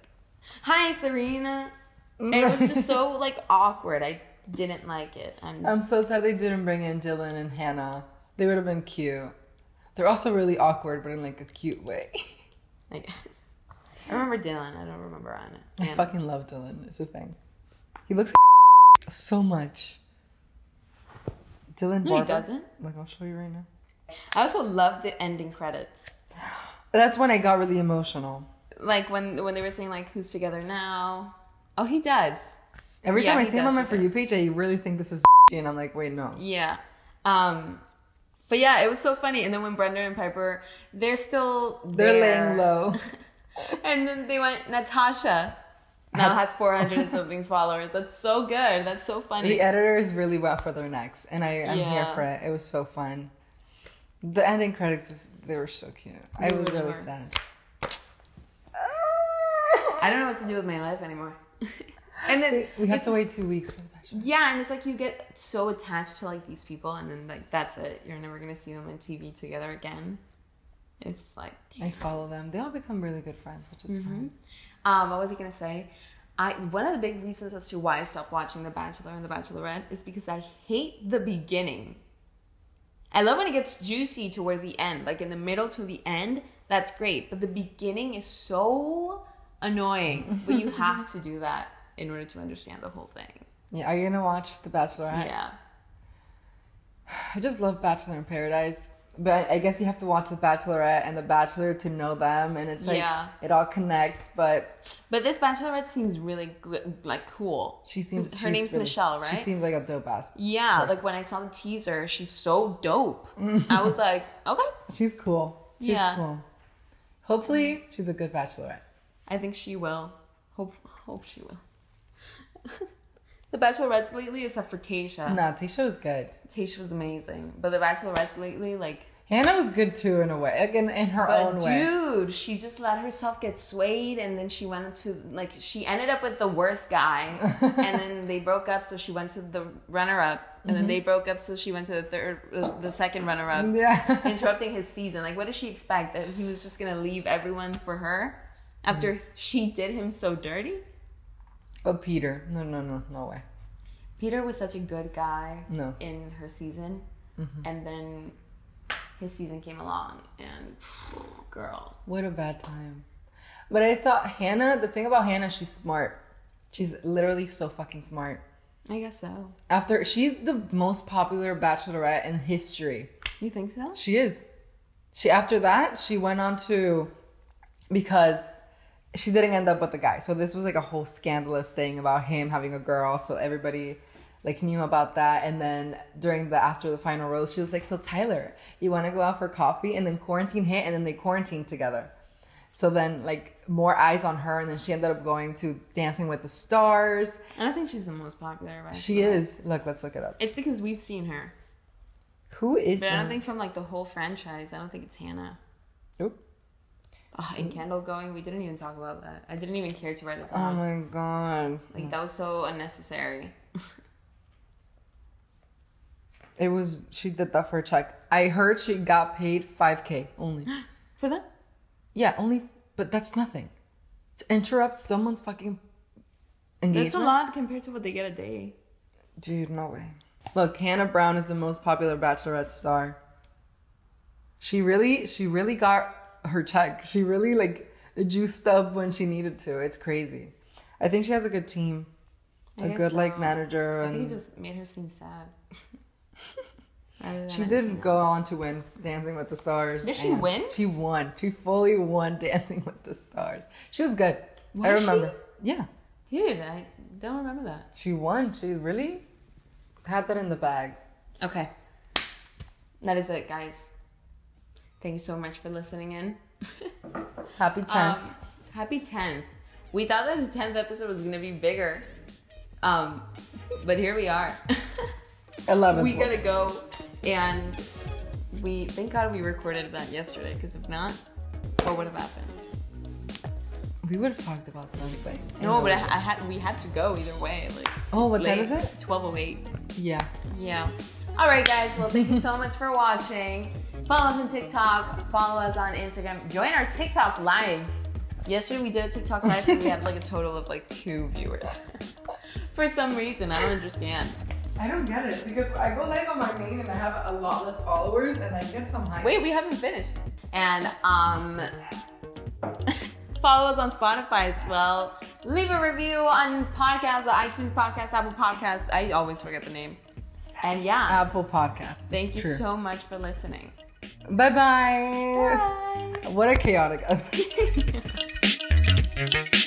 [SPEAKER 6] "Hi, Serena," and it was just so like awkward. I didn't like it. I'm
[SPEAKER 2] I'm
[SPEAKER 6] just,
[SPEAKER 2] so sad they didn't bring in Dylan and Hannah. They would have been cute. They're also really awkward, but in like a cute way.
[SPEAKER 6] I guess. I remember Dylan. I don't remember Anna.
[SPEAKER 2] I
[SPEAKER 6] Anna.
[SPEAKER 2] fucking love Dylan. It's a thing. He looks so much. Dylan.
[SPEAKER 6] no, he
[SPEAKER 2] Barber.
[SPEAKER 6] doesn't.
[SPEAKER 2] Like I'll show you right now.
[SPEAKER 6] I also love the ending credits.
[SPEAKER 2] That's when I got really emotional.
[SPEAKER 6] Like when when they were saying like who's together now. Oh, he does.
[SPEAKER 2] Every
[SPEAKER 6] Yeah,
[SPEAKER 2] time I
[SPEAKER 6] he
[SPEAKER 2] see him
[SPEAKER 6] does,
[SPEAKER 2] on my
[SPEAKER 6] he
[SPEAKER 2] for
[SPEAKER 6] does.
[SPEAKER 2] you page, I really think this is, and I'm like, wait, no.
[SPEAKER 6] Yeah. Um, But yeah, it was so funny. And then when Brenda and Piper, they're still
[SPEAKER 2] They're
[SPEAKER 6] there.
[SPEAKER 2] laying low.
[SPEAKER 6] and then they went Natasha. Now has 400 and something followers. That's so good. That's so funny.
[SPEAKER 2] The editor is really well for their necks, and I am here
[SPEAKER 6] Yeah.
[SPEAKER 2] for it. It was so fun. The ending credits, was, they were so cute. I was really
[SPEAKER 6] were.
[SPEAKER 2] sad.
[SPEAKER 6] I don't know what to do with my life anymore. and then
[SPEAKER 2] We have to wait two weeks for the fashion.
[SPEAKER 6] yeah, and it's like you get so attached to like these people, and then like that's it. You're never gonna see them on TV together again. It's just like
[SPEAKER 2] I follow them. They all become really good friends, which is fun.
[SPEAKER 6] Um, what was I gonna say? I one of the big reasons as to why I stopped watching The Bachelor and The Bachelorette is because I hate the beginning. I love when it gets juicy toward the end, like in the middle to the end. That's great, but the beginning is so annoying. but you have to do that in order to understand the whole thing.
[SPEAKER 2] Yeah, are you gonna watch The Bachelorette?
[SPEAKER 6] Yeah,
[SPEAKER 2] I just love Bachelor in Paradise. But I guess you have to watch The Bachelorette and The Bachelor to know them, and it's like
[SPEAKER 6] Yeah.
[SPEAKER 2] it all connects. But
[SPEAKER 6] but this Bachelorette seems really gl- like cool.
[SPEAKER 2] she seems
[SPEAKER 6] her
[SPEAKER 2] she's
[SPEAKER 6] name's
[SPEAKER 2] really-
[SPEAKER 6] Michelle,
[SPEAKER 2] She
[SPEAKER 6] right?
[SPEAKER 2] seems like a dope ass.
[SPEAKER 6] yeah, like when I saw the teaser, she's so dope. I was like, okay,
[SPEAKER 2] She's cool. She's
[SPEAKER 6] Yeah. Mm-hmm.
[SPEAKER 2] cool. Hopefully, she's a good Bachelorette.
[SPEAKER 6] I think she will. Hope hope she will. the Bachelorettes lately is up for Tasha.
[SPEAKER 2] Nah, Tisha was good.
[SPEAKER 6] Tasha was amazing, but the Bachelorettes lately, like,
[SPEAKER 2] Hannah was good too in a way, like in, in her
[SPEAKER 6] but
[SPEAKER 2] own way.
[SPEAKER 6] dude, she just let herself get swayed, and then she went to like she ended up with the worst guy, and then they broke up, so she went to the runner-up, and then they broke up, so she went to the third, the, the second runner-up,
[SPEAKER 2] Yeah.
[SPEAKER 6] interrupting his season. Like, what did she expect that he was just gonna leave everyone for her after she did him so dirty?
[SPEAKER 2] but Peter, no, no, no, no way.
[SPEAKER 6] Peter was such a good guy
[SPEAKER 2] No.
[SPEAKER 6] in her season, and then his season came along, and girl,
[SPEAKER 2] What a bad time. But I thought Hannah, the thing about Hannah, she's smart. She's literally so fucking smart.
[SPEAKER 6] I guess so.
[SPEAKER 2] After she's the most popular bachelorette in history.
[SPEAKER 6] You think so?
[SPEAKER 2] She is. She after that, she went on to because she didn't end up with the guy. So this was like a whole scandalous thing about him having a girl. So everybody like knew about that. And then during the after the final rose, she was like, "So Tyler, you want to go out for coffee?" And then quarantine hit, and then they quarantined together. So then like more eyes on her, and then she ended up going to Dancing with the Stars.
[SPEAKER 6] I don't think she's the most popular. Right?
[SPEAKER 2] She is. Look, let's look it up.
[SPEAKER 6] It's because we've seen her,
[SPEAKER 2] Who is
[SPEAKER 6] but I
[SPEAKER 2] that?
[SPEAKER 6] don't think from like the whole franchise. I don't think it's Hannah.
[SPEAKER 2] Nope.
[SPEAKER 6] Oh, and candle going. We didn't even talk about that. I didn't even care to write it
[SPEAKER 2] oh
[SPEAKER 6] down.
[SPEAKER 2] my god.
[SPEAKER 6] like that was so unnecessary.
[SPEAKER 2] It was she did that for a check. I heard she got paid five k only.
[SPEAKER 6] For that?
[SPEAKER 2] yeah, only. But that's nothing. To interrupt someone's fucking engagement.
[SPEAKER 6] That's a lot compared to what they get a day.
[SPEAKER 2] dude. No way. Look, Hannah Brown is the most popular Bachelorette star. She really, she really got her check. She really like juiced up when she needed to. It's crazy. I think she has a good team,
[SPEAKER 6] I
[SPEAKER 2] a
[SPEAKER 6] guess
[SPEAKER 2] good like
[SPEAKER 6] so.
[SPEAKER 2] manager,
[SPEAKER 6] I think
[SPEAKER 2] and
[SPEAKER 6] it just made her seem sad. Rather than
[SPEAKER 2] She
[SPEAKER 6] anything
[SPEAKER 2] did go on to win Dancing with the Stars.
[SPEAKER 6] Did she
[SPEAKER 2] and
[SPEAKER 6] win?
[SPEAKER 2] She won. She fully won Dancing with the Stars. She was good. I
[SPEAKER 6] Was she?
[SPEAKER 2] remember. Yeah,
[SPEAKER 6] Dude, I don't remember that.
[SPEAKER 2] she won. She really had that in the bag.
[SPEAKER 6] Okay. That is it, guys. Thank you so much for listening in.
[SPEAKER 2] Happy time.
[SPEAKER 6] Um, happy 10th. We thought that the 10th episode was going to be bigger. Um, but here we are.
[SPEAKER 2] Eleven.
[SPEAKER 6] we got to go. And we, thank God we recorded that yesterday, because if not, what would have happened?
[SPEAKER 2] we would have talked about something.
[SPEAKER 6] No, but I, I had, we had to go either way. Like,
[SPEAKER 2] oh, what time
[SPEAKER 6] late,
[SPEAKER 2] is it?
[SPEAKER 6] 1208.
[SPEAKER 2] Yeah.
[SPEAKER 6] Yeah. All right, guys. Well, thank you so much for watching. Follow us on TikTok. Follow us on Instagram. Join our TikTok lives. Yesterday we did a TikTok live and we had like a total of like two viewers. for some reason, I don't understand.
[SPEAKER 2] I don't get it because I go live on my main and I have a lot less followers and I get some hype.
[SPEAKER 6] Wait, we haven't finished. And um, follow us on Spotify as well. Leave a review on podcasts, the iTunes podcast, Apple Podcasts. I always forget the name. And yeah,
[SPEAKER 2] Apple Podcasts.
[SPEAKER 6] thank you so much for listening.
[SPEAKER 2] Bye bye. What a chaotic.
[SPEAKER 6] Bye.